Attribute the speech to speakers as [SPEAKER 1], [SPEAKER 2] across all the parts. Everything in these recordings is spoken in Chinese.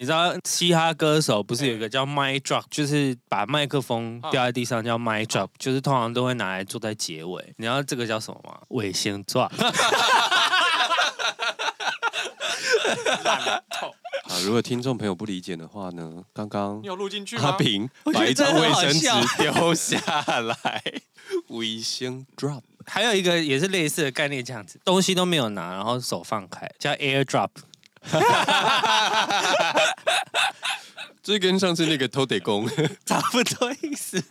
[SPEAKER 1] 你知道嘻哈歌手不是有一个叫 mic drop，就是把麦克风掉在地上叫 mic drop，就是通常都会拿来做在结尾。你知道这个叫什么吗？尾先 drop。
[SPEAKER 2] 啊，如果听众朋友不理解的话呢，刚刚
[SPEAKER 3] 你有录进去
[SPEAKER 2] 阿
[SPEAKER 3] 吗？
[SPEAKER 2] 平
[SPEAKER 1] 我觉
[SPEAKER 2] 把
[SPEAKER 1] 得
[SPEAKER 2] 一张
[SPEAKER 1] 真的
[SPEAKER 2] 卫
[SPEAKER 1] 好
[SPEAKER 2] 生纸
[SPEAKER 1] 笑
[SPEAKER 2] 丢下来，卫生 drop
[SPEAKER 1] 还有一个也是类似的概念，这样子东西都没有拿，然后手放开，叫 air drop。
[SPEAKER 2] 这跟上次那个偷得 工
[SPEAKER 1] 差不多意思。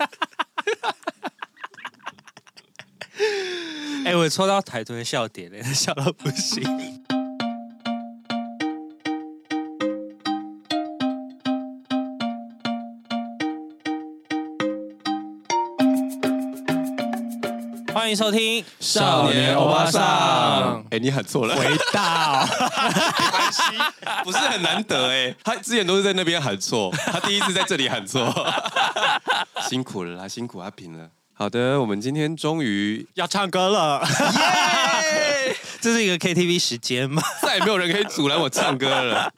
[SPEAKER 1] 哎、我抽到台豚笑点了， 笑到不行。欢迎收听《
[SPEAKER 2] 少年欧巴桑，哎、你喊错了，
[SPEAKER 1] 回 到
[SPEAKER 2] 不是很难得哎、他之前都是在那边喊错，他第一次在这里喊错， 辛苦了啦，辛苦阿平了。好的，我们今天终于
[SPEAKER 3] 要唱歌了，
[SPEAKER 1] 哎这是一个 KTV 时间吗？
[SPEAKER 2] 再也没有人可以阻拦我唱歌 了，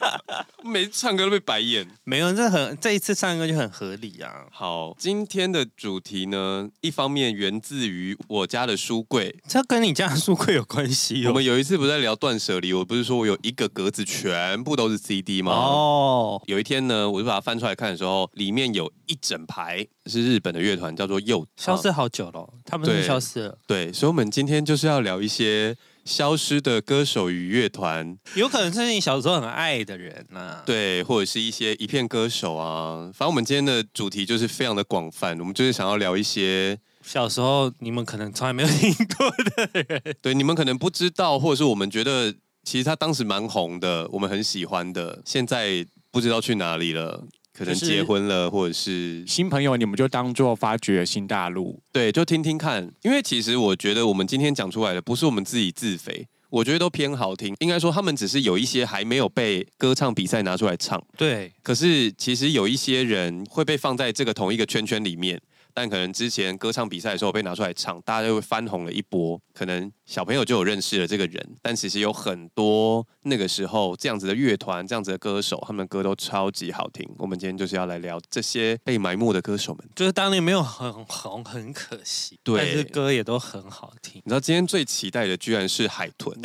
[SPEAKER 2] 每次唱歌都被白眼。
[SPEAKER 1] 没有，这很这一次唱歌就很合理啊。
[SPEAKER 2] 好，今天的主题呢，一方面源自于我家的书柜。
[SPEAKER 1] 这跟你家的书柜有关系
[SPEAKER 2] 我
[SPEAKER 1] 哦。
[SPEAKER 2] 们有一次不是在聊断舍离，我不是说我有一个格子全部都是 CD 吗？
[SPEAKER 1] 哦，
[SPEAKER 2] 有一天呢，我就把它翻出来看的时候，里面有一整排是日本的乐团，叫做幼
[SPEAKER 1] 消
[SPEAKER 2] 啊
[SPEAKER 1] 失好久了，他们是
[SPEAKER 2] 对
[SPEAKER 1] 消失了。
[SPEAKER 2] 对，所以我们今天就是要聊一些消失的歌手与乐团，
[SPEAKER 1] 有可能是你小时候很爱的人啊呐、，
[SPEAKER 2] 对，或者是一些一片歌手啊。反正我们今天的主题就是非常的广泛，我们就是想要聊一些
[SPEAKER 1] 小时候你们可能从来没有听过的。
[SPEAKER 2] 对，你们可能不知道，或者是我们觉得其实他当时蛮红的，我们很喜欢的，现在不知道去哪里了，可能
[SPEAKER 3] 就是
[SPEAKER 2] 结婚了，或者是
[SPEAKER 3] 新朋友你们就当做发掘新大陆。
[SPEAKER 2] 对，就听听看。因为其实我觉得我们今天讲出来的不是我们自己自肥，我觉得都偏好听。应该说他们只是有一些还没有被歌唱比赛拿出来唱，
[SPEAKER 1] 对，
[SPEAKER 2] 可是其实有一些人会被放在这个同一个圈圈里面。但可能之前歌唱比赛的时候被拿出来唱，大家就会翻红了一波。可能小朋友就有认识了这个人，但其实有很多那个时候这样子的乐团、这样子的歌手，他们的歌都超级好听。我们今天就是要来聊这些被埋没的歌手们。
[SPEAKER 1] 就是当年没有很红，很可惜。
[SPEAKER 2] 对
[SPEAKER 1] 但是歌也都很好听。
[SPEAKER 2] 你知道今天最期待的居然是海 豚，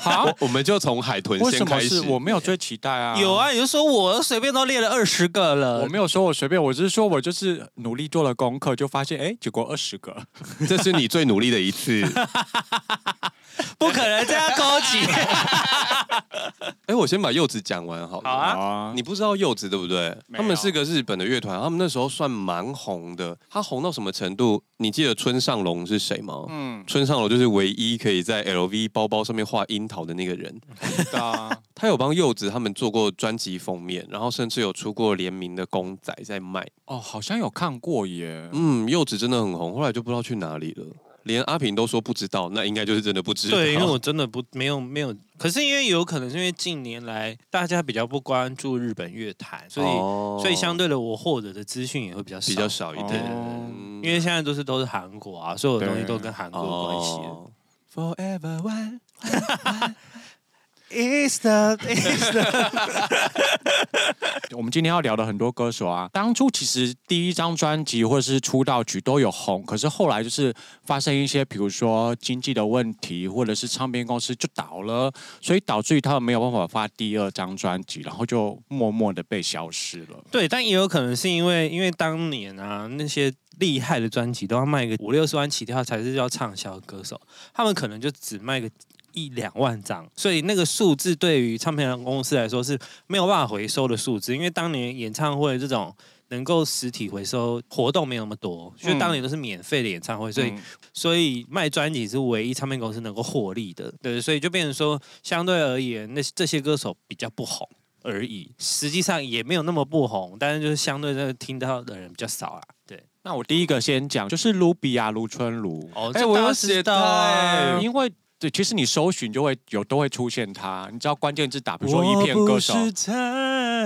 [SPEAKER 3] 好
[SPEAKER 2] 我，我们就从海豚
[SPEAKER 3] 为什
[SPEAKER 2] 先
[SPEAKER 3] 么
[SPEAKER 2] 开
[SPEAKER 3] 是
[SPEAKER 2] 始。
[SPEAKER 3] 我没 有最期待啊？
[SPEAKER 1] 有，啊，你就说我随便都列了二十个了。
[SPEAKER 3] 我没有说我随便，我只是说我就是努力做了功课，就发现哎，结果二十个，
[SPEAKER 2] 这是你最努力的一次。
[SPEAKER 1] 不可能这样高级。
[SPEAKER 2] 哎，我先把柚子讲完好了。
[SPEAKER 1] 好啊
[SPEAKER 3] 啊，
[SPEAKER 2] 你不知道柚子对不对？
[SPEAKER 3] 没有
[SPEAKER 2] 他们是个日本的乐团，他们那时候算蛮红的。他红到什么程度？你记得村上隆是谁吗？
[SPEAKER 3] 嗯，
[SPEAKER 2] 村上隆就是唯一可以在 LV 包包上面画樱桃的那个人。
[SPEAKER 3] 知道啊，
[SPEAKER 2] 他有帮柚子他们做过专辑封面，然后甚至有出过联名的公仔在卖。
[SPEAKER 3] 哦，好像有看过耶，
[SPEAKER 2] 嗯，柚子真的很红，后来就不知道去哪里了。连阿平都说不知道，那应该 就是真的不知道。
[SPEAKER 1] 对，因为我真的不没有没有，可是因为有可能是因为近年来大家比较不关注日本乐坛，所以、
[SPEAKER 2] 哦
[SPEAKER 1] 所以相对的我获得的资讯也会比较少。
[SPEAKER 2] 比较少一点，
[SPEAKER 3] 哦
[SPEAKER 2] 嗯
[SPEAKER 1] 因为现在都是都是韩国啊，所有的东西
[SPEAKER 3] 对
[SPEAKER 1] 都跟韩国有关系了。
[SPEAKER 2] 哦 Forever One，
[SPEAKER 1] It's the it's
[SPEAKER 3] 我们今天要聊的很多歌手啊，当初其实第一张专辑或者是出道曲都有红，可是后来就是发生一些，比如说经济的问题，或者是唱片公司就倒了，所以导致于他们没有办法发第二张专辑，然后就默默的被消失了。
[SPEAKER 1] 对，但也有可能是因为因为当年啊那些厉害的专辑都要卖个五六十万起跳才是叫畅销歌手，他们可能就只卖个一两万张，所以那个数字对于唱片公司来说是没有办法回收的数字，因为当年演唱会这种。能够实体回收活动没有那么多，因为当年都是免费的演唱会，所以
[SPEAKER 3] 嗯
[SPEAKER 1] 所以卖专辑是唯一唱片公司能够获利的，对，所以就变成说，相对而言，那这些歌手比较不红而已，实际上也没有那么不红，但是就是相对的听到的人比较少啦。对，
[SPEAKER 3] 那我第一个先讲就是卢比亚卢春如，
[SPEAKER 1] 哦
[SPEAKER 2] 哎我有写到哎
[SPEAKER 3] 因为。对，其实你搜寻就会有都会出现他，你知道关键字打，比如说一片歌手，
[SPEAKER 2] 我不是他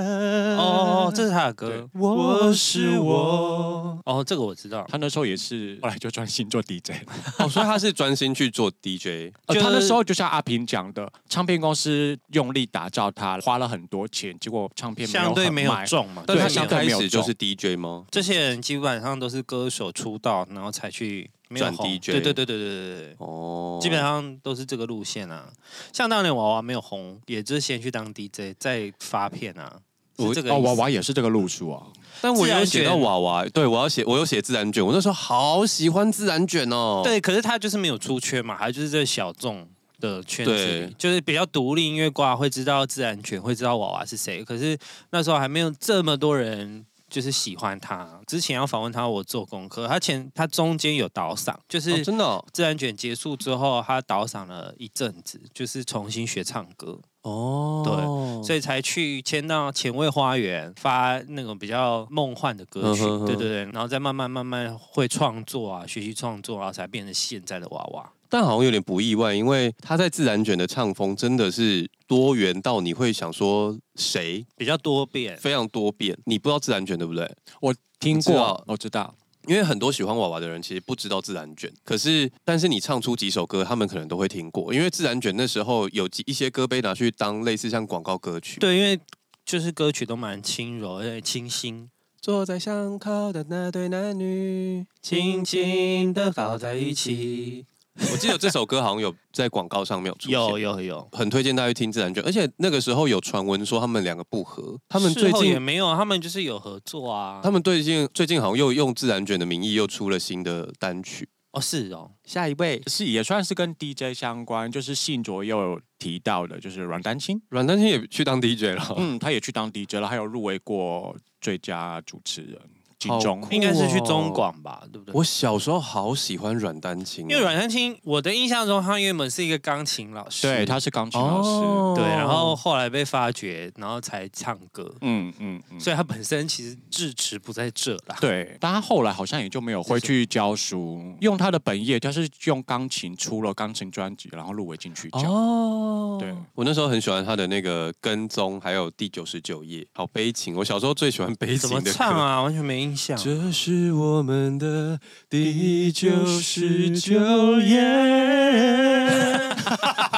[SPEAKER 1] 哦，这是他的歌
[SPEAKER 3] 对。
[SPEAKER 1] 我是我。哦，这个我知道。
[SPEAKER 3] 他那时候也是，后来就专心做 DJ。
[SPEAKER 2] 哦，所以他是专心去做 DJ，
[SPEAKER 3] 呃
[SPEAKER 1] 就
[SPEAKER 3] 他那时候就像阿平讲的，唱片公司用力打造他，花了很多钱，结果唱片没有
[SPEAKER 1] 相对
[SPEAKER 3] 很
[SPEAKER 1] 没有
[SPEAKER 3] 卖
[SPEAKER 1] 中嘛，
[SPEAKER 2] 但
[SPEAKER 3] 对
[SPEAKER 2] 他
[SPEAKER 1] 就
[SPEAKER 2] 一
[SPEAKER 1] 是没有
[SPEAKER 3] 相对
[SPEAKER 2] 开
[SPEAKER 3] 没有
[SPEAKER 2] 始就
[SPEAKER 3] 中
[SPEAKER 2] 是 DJ 吗？
[SPEAKER 1] 这些人基本上都是歌手出道，然后才去没有
[SPEAKER 2] 转
[SPEAKER 1] 红
[SPEAKER 2] DJ
[SPEAKER 1] 对对对对对对对。
[SPEAKER 2] 哦，
[SPEAKER 1] 基本上都是这个路线啊，像当年娃娃没有红，也就是先去当 DJ，再发片啊，是这个
[SPEAKER 3] 哦，
[SPEAKER 1] 意思
[SPEAKER 3] 娃，娃也是这个路数啊。
[SPEAKER 2] 但我
[SPEAKER 1] 自
[SPEAKER 2] 有
[SPEAKER 1] 然
[SPEAKER 2] 写
[SPEAKER 1] 卷
[SPEAKER 2] 到娃娃，对我要写，我有写自然卷，我那时候好喜欢自然卷哦。，
[SPEAKER 1] 对，可是他就是没有出圈嘛，还就是这个小众的圈子
[SPEAKER 2] 对
[SPEAKER 1] 里，就是比较独立音乐挂会知道自然卷，会知道娃娃是谁，可是那时候还没有这么多人。就是喜欢他，之前要访问他，我做功课。他前他中间有倒嗓，就是、
[SPEAKER 2] 哦、真的哦
[SPEAKER 1] 自然卷结束之后，他倒嗓了一阵子，就是重新学唱歌，
[SPEAKER 2] 哦
[SPEAKER 1] 所以才去签到前卫花园发那种比较梦幻的歌曲，
[SPEAKER 2] 嗯哼哼
[SPEAKER 1] 对对对，然后再慢慢慢慢会创作啊，学习创作，然后才变成现在的娃娃。
[SPEAKER 2] 但好像有点不意外，因为他在自然卷的唱风真的是多元到你会想说谁
[SPEAKER 1] 比较多变，
[SPEAKER 2] 非常多变，你不知道自然卷对不对？
[SPEAKER 3] 我听
[SPEAKER 2] 知道
[SPEAKER 3] 过，哦我知道。
[SPEAKER 2] 因为很多喜欢娃娃的人其实不知道自然卷，可是但是你唱出几首歌，他们可能都会听过，因为自然卷那时候有几一些歌被拿去当类似像广告歌曲。
[SPEAKER 1] 对，因为就是歌曲都蛮轻柔，而且清新，
[SPEAKER 2] 坐在巷口的那对男女，
[SPEAKER 1] 轻轻的抱在一起。
[SPEAKER 2] 我记得这首歌好像有在广告上没有出现，
[SPEAKER 1] 有有有，
[SPEAKER 2] 很推荐大家去听自然卷，而且那个时候有传闻说他们两个不和，他们
[SPEAKER 1] 事
[SPEAKER 2] 最
[SPEAKER 1] 后也
[SPEAKER 2] 近
[SPEAKER 1] 没有，他们就是有合作啊。
[SPEAKER 2] 他们最近最近好像又用自然卷的名义又出了新的单曲。
[SPEAKER 1] 哦是哦，
[SPEAKER 2] 下一位
[SPEAKER 3] 是也算是跟 DJ 相关，就是信卓又有提到的，就是阮丹青，
[SPEAKER 2] 阮丹青也去当 DJ
[SPEAKER 1] 哦
[SPEAKER 2] 了，
[SPEAKER 3] 嗯，他也去当 DJ 了，还有入围过最佳主持人金
[SPEAKER 2] 好
[SPEAKER 3] 钟
[SPEAKER 2] 酷。
[SPEAKER 1] 应该是去中广吧，对不对？
[SPEAKER 2] 我小时候好喜欢阮丹青哦，
[SPEAKER 1] 因为阮丹青，我的印象中他原本是一个钢琴老师，
[SPEAKER 3] 对，他是钢琴老师。
[SPEAKER 2] 哦
[SPEAKER 1] 对，然后后来被发掘，然后才唱歌，
[SPEAKER 3] 嗯嗯嗯，
[SPEAKER 1] 所以他本身其实智齿不在这啦。
[SPEAKER 3] 对，但他后来好像也就没有回去教书，用他的本业，他是用钢琴出了钢琴专辑，然后入围进去奖。
[SPEAKER 2] 哦
[SPEAKER 3] 对，
[SPEAKER 2] 我那时候很喜欢他的那个《跟踪》，还有《第九十九夜》，好悲情。我小时候最喜欢悲
[SPEAKER 1] 怎
[SPEAKER 2] 情
[SPEAKER 1] 么
[SPEAKER 2] 的歌。
[SPEAKER 1] 唱啊？完全没印象。
[SPEAKER 2] 这是我们的第
[SPEAKER 1] 99夜，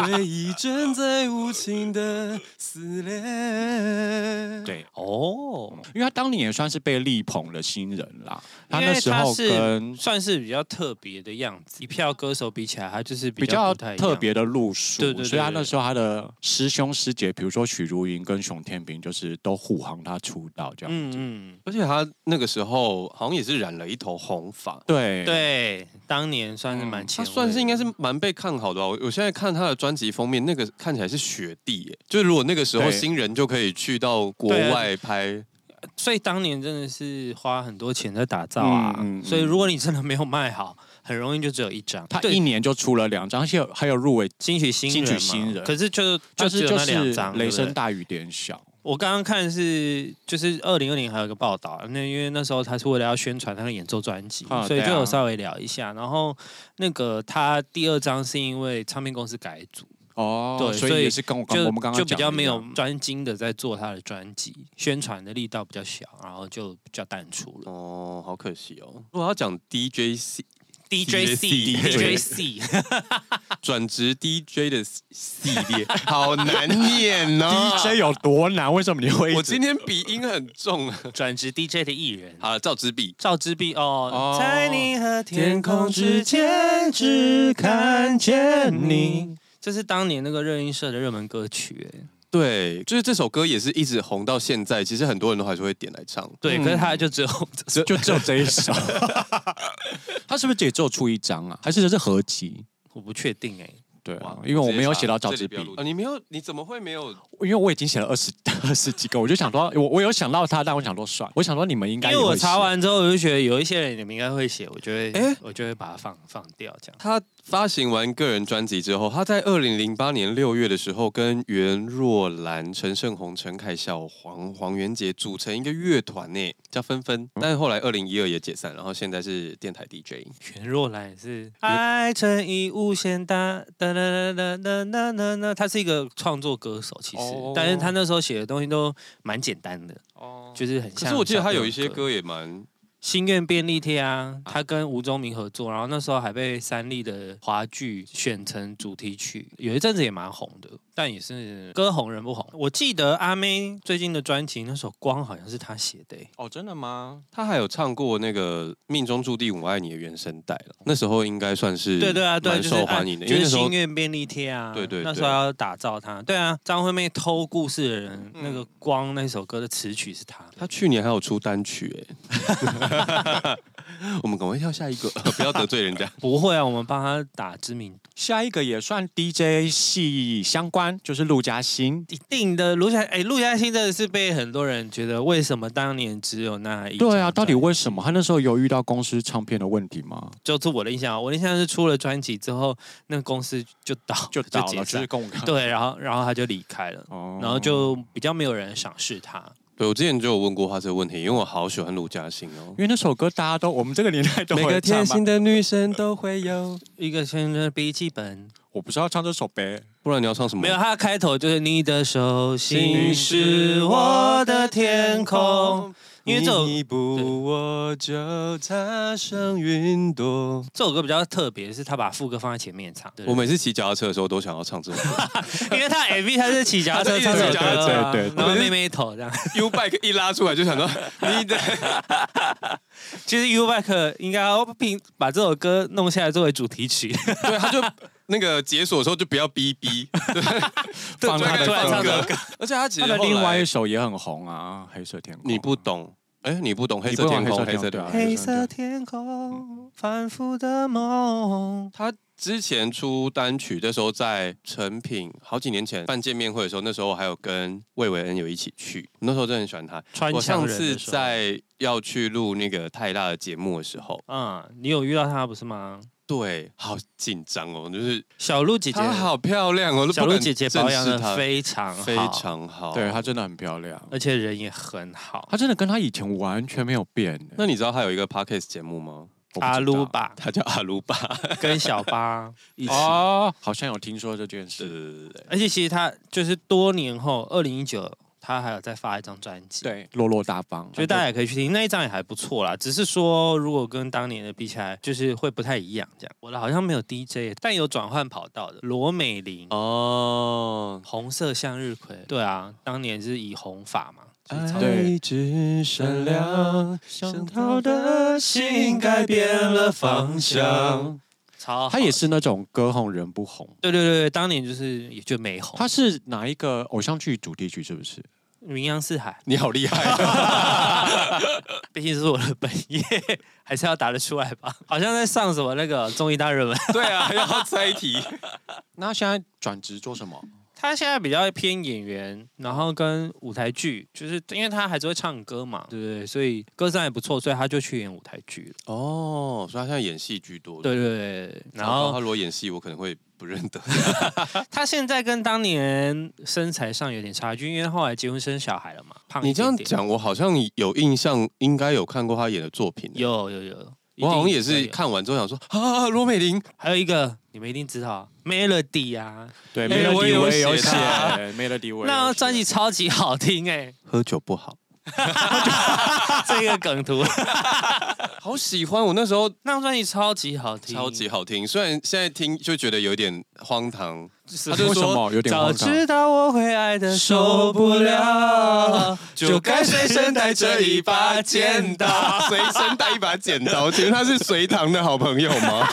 [SPEAKER 2] 回忆正在无情的撕裂。
[SPEAKER 3] 对，
[SPEAKER 1] 哦，
[SPEAKER 3] 因为他当年也算是被力捧的新人啦。他
[SPEAKER 1] 因
[SPEAKER 3] 那
[SPEAKER 1] 为
[SPEAKER 3] 时
[SPEAKER 1] 他
[SPEAKER 3] 候
[SPEAKER 1] 是
[SPEAKER 3] 跟
[SPEAKER 1] 算是比较特别的样子，一票歌手比起来，他就是
[SPEAKER 3] 比
[SPEAKER 1] 较
[SPEAKER 3] 较
[SPEAKER 1] 不太一样
[SPEAKER 3] 特。别的路数，
[SPEAKER 1] 对对对
[SPEAKER 3] 所以他
[SPEAKER 1] 对
[SPEAKER 3] 那时候他的师兄师姐，比如说许茹芸跟熊天平，就是都护航他出道这样。
[SPEAKER 1] 嗯嗯，
[SPEAKER 2] 而且他那个时候好像也是染了一头红发。
[SPEAKER 3] 对，
[SPEAKER 1] 对，当年嗯算是蛮前卫
[SPEAKER 2] 他
[SPEAKER 1] 的、
[SPEAKER 2] 算是应该是蛮被看好的吧。我我现在看他的专辑封面，那个看起来是雪地耶，就是如果那个时候
[SPEAKER 3] 对
[SPEAKER 2] 新人就可以去到国
[SPEAKER 1] 对啊
[SPEAKER 2] 外拍，
[SPEAKER 1] 所以当年真的是花很多钱在打造啊，
[SPEAKER 3] 嗯嗯嗯
[SPEAKER 1] 所以如果你真的没有卖好，很容易就只有一张。
[SPEAKER 3] 他
[SPEAKER 1] 对
[SPEAKER 3] 一年就出了两张，而且还有入围，
[SPEAKER 1] 金曲新人嘛，
[SPEAKER 3] 金曲新人
[SPEAKER 1] 可是就就
[SPEAKER 3] 但
[SPEAKER 1] 只
[SPEAKER 3] 是
[SPEAKER 1] 有
[SPEAKER 3] 就
[SPEAKER 1] 那两
[SPEAKER 3] 是
[SPEAKER 1] 张，
[SPEAKER 3] 雷
[SPEAKER 1] 对不
[SPEAKER 3] 声
[SPEAKER 1] 对
[SPEAKER 3] 大雨点小。
[SPEAKER 1] 我刚刚看是就是二零二零还有一个报道，啊那因为那时候他是为了要宣传他的演奏专辑，
[SPEAKER 3] 啊
[SPEAKER 1] 所以
[SPEAKER 3] 对啊
[SPEAKER 1] 就有稍微聊一下。然后那个他第二张是因为唱片公司改组，
[SPEAKER 3] 哦，
[SPEAKER 1] 对
[SPEAKER 3] 所
[SPEAKER 1] 所以
[SPEAKER 3] 以也是跟我刚
[SPEAKER 1] 就
[SPEAKER 3] 我们刚刚
[SPEAKER 1] 就比
[SPEAKER 3] 讲的
[SPEAKER 1] 较
[SPEAKER 3] 一
[SPEAKER 1] 没有
[SPEAKER 3] 样
[SPEAKER 1] 专精的在做他的专辑，宣传的力道比较小，然后就比较淡出 了。
[SPEAKER 2] 哦，好可惜哦。如果要讲 DJ C
[SPEAKER 1] DJ C
[SPEAKER 2] DJ
[SPEAKER 1] DJ C
[SPEAKER 2] 转职 DJ 的系列， 好难念哦。
[SPEAKER 3] DJ 有多难？为什么你会一直？
[SPEAKER 2] 我今天鼻音很重啊。
[SPEAKER 1] 转职 DJ 的艺人。
[SPEAKER 2] 好了，赵之璧，
[SPEAKER 1] 赵之璧哦
[SPEAKER 3] 哦，
[SPEAKER 1] 在你和天
[SPEAKER 2] 天
[SPEAKER 1] 空
[SPEAKER 2] 空
[SPEAKER 1] 之
[SPEAKER 2] 之
[SPEAKER 1] 间，
[SPEAKER 2] 间
[SPEAKER 1] 只
[SPEAKER 2] 只
[SPEAKER 1] 看
[SPEAKER 2] 看
[SPEAKER 1] 见
[SPEAKER 2] 见
[SPEAKER 1] 你
[SPEAKER 2] 你。
[SPEAKER 1] 这是当年那个热音社的热门歌曲，哎，
[SPEAKER 2] 对，就是这首歌也是一直红到现在，其实很多人都还是会点来唱。
[SPEAKER 1] 对，
[SPEAKER 3] 嗯
[SPEAKER 1] 可是他就只有这首
[SPEAKER 3] 就只有这一 首，他是不是也只有出一张啊？还是这是合集？
[SPEAKER 1] 我不确定哎，
[SPEAKER 3] 对啊
[SPEAKER 2] 哇，
[SPEAKER 3] 因为我没有写到
[SPEAKER 2] 这
[SPEAKER 3] 赵
[SPEAKER 2] 里
[SPEAKER 3] 志
[SPEAKER 2] 不
[SPEAKER 3] 斌
[SPEAKER 2] 要，录啊，你没有，你怎么会没有？
[SPEAKER 3] 因为我已经写了二十 二十几个，我就想说，我我有想到他，但我想说算，我想说你们应
[SPEAKER 1] 因
[SPEAKER 3] 该
[SPEAKER 1] 为
[SPEAKER 3] 也会
[SPEAKER 1] 我查
[SPEAKER 3] 写，
[SPEAKER 1] 完之后，我就觉得有一些人你们应该会写，我就会，
[SPEAKER 2] 哎
[SPEAKER 1] 我就会把它放放掉这样。
[SPEAKER 2] 他发行完个人专辑之后，他在二零零八年六月的时候，跟袁若兰、陈胜宏、陈凯晓、黄黄元杰组成一个乐团呢，叫纷纷。但是后来二零一二也解散，然后现在是电台 DJ。
[SPEAKER 1] 袁若兰也是，爱乘以无限大，哒哒哒哒哒哒哒哒，他是一个创作歌手其实
[SPEAKER 3] 哦，
[SPEAKER 1] 但是他那时候写的东西都蛮简单的，
[SPEAKER 2] 哦
[SPEAKER 1] 就是很
[SPEAKER 2] 可
[SPEAKER 1] 像。
[SPEAKER 2] 是我记得他有一些歌也蛮
[SPEAKER 1] 心愿便利贴啊，他跟吴宗明合作，然后那时候还被三立的华剧选成主题曲，有一阵子也蛮红的，但也是歌红人不红。我记得阿妹最近的专辑那首《光》好像是她写的、欸，
[SPEAKER 3] 哦，真的吗？
[SPEAKER 2] 他还有唱过那个《命中注定我爱你》的原声带了，那时候应该算是
[SPEAKER 1] 对对啊，对，
[SPEAKER 2] 蛮
[SPEAKER 1] 就是
[SPEAKER 2] 受欢迎的，
[SPEAKER 1] 啊
[SPEAKER 2] 因
[SPEAKER 1] 就
[SPEAKER 2] 为那
[SPEAKER 1] 是
[SPEAKER 2] 时候
[SPEAKER 1] 心愿便利贴啊，
[SPEAKER 2] 对对对
[SPEAKER 1] 那时候要打造它，对啊，张惠妹偷故事的人，那
[SPEAKER 2] 嗯
[SPEAKER 1] 个《光》那首歌的词曲是她，
[SPEAKER 2] 他去年还有出单曲哎， 我们赶快跳下一个，不要得罪人家。
[SPEAKER 1] 不会啊，我们帮她打知名度，
[SPEAKER 3] 下一个也算 DJ 系相关，就是陆嘉欣。
[SPEAKER 1] 一定的。陆嘉哎，陆嘉欣真的是被很多人觉得为什么当年只有那一张
[SPEAKER 3] 对啊，到底
[SPEAKER 1] 专辑
[SPEAKER 3] 为什么？他那时候有遇到公司唱片的问题吗？
[SPEAKER 1] 就是我的印象啊，我的印象是出了专辑之后，那个公司就倒，
[SPEAKER 3] 就倒了，
[SPEAKER 1] 解
[SPEAKER 3] 就
[SPEAKER 1] 散
[SPEAKER 3] 是公告。
[SPEAKER 1] 对，然后然后他就离开了，
[SPEAKER 3] 哦
[SPEAKER 1] 然后就比较没有人赏识他。
[SPEAKER 2] 对我之前就有问过他这个问题，因为我好喜欢陆嘉欣哦
[SPEAKER 3] 因。为那首歌大家都，我们这个年代都
[SPEAKER 2] 每个
[SPEAKER 3] 会
[SPEAKER 2] 贴
[SPEAKER 3] 唱
[SPEAKER 2] 心
[SPEAKER 3] 嘛。
[SPEAKER 2] 的女生都会有，
[SPEAKER 1] 一个先生笔记本，
[SPEAKER 3] 我不是要唱这首呗，
[SPEAKER 2] 不然你要唱什么？
[SPEAKER 1] 没有，啊他的开头就是你的手心是我的天空。，因为这首
[SPEAKER 2] 你不我就擦上云朵。
[SPEAKER 1] 这首歌比较特别，是他把副歌放在前面唱。对
[SPEAKER 2] 我每次骑脚踏车的时候都想要唱这首歌
[SPEAKER 1] 因为他 MV 他是骑脚踏车
[SPEAKER 2] 他是
[SPEAKER 1] 唱这首
[SPEAKER 2] 骑脚踏
[SPEAKER 1] 歌
[SPEAKER 3] 车
[SPEAKER 1] 啊，
[SPEAKER 3] 对对对
[SPEAKER 1] 然后妹妹头这样。
[SPEAKER 2] ，U bike 一拉出来就想到你的，
[SPEAKER 1] 其实 U Back 应该要并把这首歌弄下来作为主题曲，
[SPEAKER 2] 对，他就那个解锁的时候就不要逼逼，对
[SPEAKER 3] 放他的
[SPEAKER 1] 突然唱这首
[SPEAKER 3] 歌
[SPEAKER 1] 歌。
[SPEAKER 2] 而且他其
[SPEAKER 3] 他
[SPEAKER 2] 实
[SPEAKER 3] 的
[SPEAKER 2] 后来
[SPEAKER 3] 另外一首也很红啊，《黑色天空》。
[SPEAKER 2] 哦你不懂，哎，你不懂黑
[SPEAKER 3] 你
[SPEAKER 2] 色
[SPEAKER 3] 不懂
[SPEAKER 2] 天空，
[SPEAKER 3] 黑色
[SPEAKER 2] 黑色
[SPEAKER 3] 天空
[SPEAKER 2] 天
[SPEAKER 3] 对啊
[SPEAKER 2] 空。
[SPEAKER 1] 黑色天空，反复的梦。
[SPEAKER 2] 他之前出单曲的时候，在成品好几年前办见面会的时候，那时候我还有跟魏伟恩有一起去，那时候真的很喜欢他。
[SPEAKER 1] 穿
[SPEAKER 2] 我
[SPEAKER 1] 墙
[SPEAKER 2] 上
[SPEAKER 1] 人
[SPEAKER 2] 次
[SPEAKER 1] 的时候，
[SPEAKER 2] 在要去录那个泰辣的节目的时候，
[SPEAKER 1] 嗯，你有遇到她不是吗？
[SPEAKER 2] 对，好紧张哦，就是
[SPEAKER 1] 小鹿姐姐，
[SPEAKER 2] 她好漂亮哦，都不
[SPEAKER 1] 小鹿
[SPEAKER 2] 敢
[SPEAKER 1] 姐姐
[SPEAKER 2] 正
[SPEAKER 1] 保养
[SPEAKER 2] 视
[SPEAKER 1] 的
[SPEAKER 2] 她
[SPEAKER 1] 非常好，
[SPEAKER 2] 非，常好。
[SPEAKER 3] 对，她真的很漂亮，
[SPEAKER 1] 而且人也很好。
[SPEAKER 3] 她真的跟她以前完全没有变。欸
[SPEAKER 2] 那你知道她有一个 podcast 节目吗？
[SPEAKER 3] 我不知道
[SPEAKER 1] 阿鲁吧
[SPEAKER 2] 她叫阿鲁巴。
[SPEAKER 1] 跟小 巴一起，
[SPEAKER 3] 哦，好像有听说这件
[SPEAKER 2] 对
[SPEAKER 3] 事。
[SPEAKER 2] 对对对
[SPEAKER 1] 而且其实她就是多年后，二零一九，她还有再发一张专辑。。
[SPEAKER 3] 对，落落大方，啊
[SPEAKER 1] 所以大家也可以去听，那一张也还不错啦。只是说，如果跟当年的比起来，就是会不太一样。这样，我的好像没有 DJ，但有转换跑道的罗美玲嗯
[SPEAKER 2] 哦，
[SPEAKER 1] 红色向日葵，哎对啊，当年是以红法嘛。就是超
[SPEAKER 3] 对
[SPEAKER 2] 爱之 闪亮，
[SPEAKER 1] 想
[SPEAKER 2] 逃的心改变了方向。
[SPEAKER 1] 超好
[SPEAKER 3] 她也是那种歌红人不红。
[SPEAKER 1] 对对对，对当年就是也就没红。
[SPEAKER 3] 她是哪一个偶像剧主题曲？是不是？
[SPEAKER 1] 名扬四海，
[SPEAKER 2] 你好厉害！
[SPEAKER 1] 毕竟是我的本业， 还是要答得出来吧？好像在上什么那个综艺大热门。
[SPEAKER 2] 对啊，要猜题。
[SPEAKER 3] 那现在转职做什么？
[SPEAKER 1] 他现在比较偏演员，然后跟舞台剧，就是因为他还是会唱歌嘛，对不对？所以歌声还不错，所以他就去演舞台剧了。
[SPEAKER 2] 哦，所以他现在演戏居多。
[SPEAKER 1] 对对对对，对然
[SPEAKER 2] 糟糕
[SPEAKER 1] 后
[SPEAKER 2] 他如果演戏，我可能会不认得。
[SPEAKER 1] 他现在跟当年身材上有点差距，因为后来结婚生小孩了嘛，胖一
[SPEAKER 2] 你这
[SPEAKER 1] 点
[SPEAKER 2] 样
[SPEAKER 1] 点。
[SPEAKER 2] 讲，我好像有印象，应该有看过他演的作品。，
[SPEAKER 1] 有有有，一
[SPEAKER 2] 我好像
[SPEAKER 1] 定
[SPEAKER 2] 也
[SPEAKER 1] 会
[SPEAKER 2] 是
[SPEAKER 1] 有
[SPEAKER 2] 看完之后想说啊，罗美玲，
[SPEAKER 1] 还有一个你们一定知道 Melody 啊，
[SPEAKER 3] 对
[SPEAKER 2] 哎我也有
[SPEAKER 3] 我也有
[SPEAKER 2] 写
[SPEAKER 3] 写
[SPEAKER 2] 她
[SPEAKER 3] ，Melody 我也有
[SPEAKER 1] 那张专辑
[SPEAKER 3] 写
[SPEAKER 1] 超级好听哎、
[SPEAKER 2] 喝酒不好，
[SPEAKER 1] 这个梗 图，
[SPEAKER 2] 好喜欢。我那时候
[SPEAKER 1] 那张专辑超级好听，
[SPEAKER 2] 超级好听，虽然现在听就觉得有点荒 唐。
[SPEAKER 1] 什
[SPEAKER 2] 他
[SPEAKER 1] 么。
[SPEAKER 2] 就
[SPEAKER 3] 为什
[SPEAKER 2] 说
[SPEAKER 3] 么有点
[SPEAKER 1] 早
[SPEAKER 3] 荒唐？
[SPEAKER 1] 知道我会爱的受不了，就该哎随身带着一把剪刀。
[SPEAKER 2] 刀， 随身带一把剪刀。请问他是隋唐的好朋友 吗？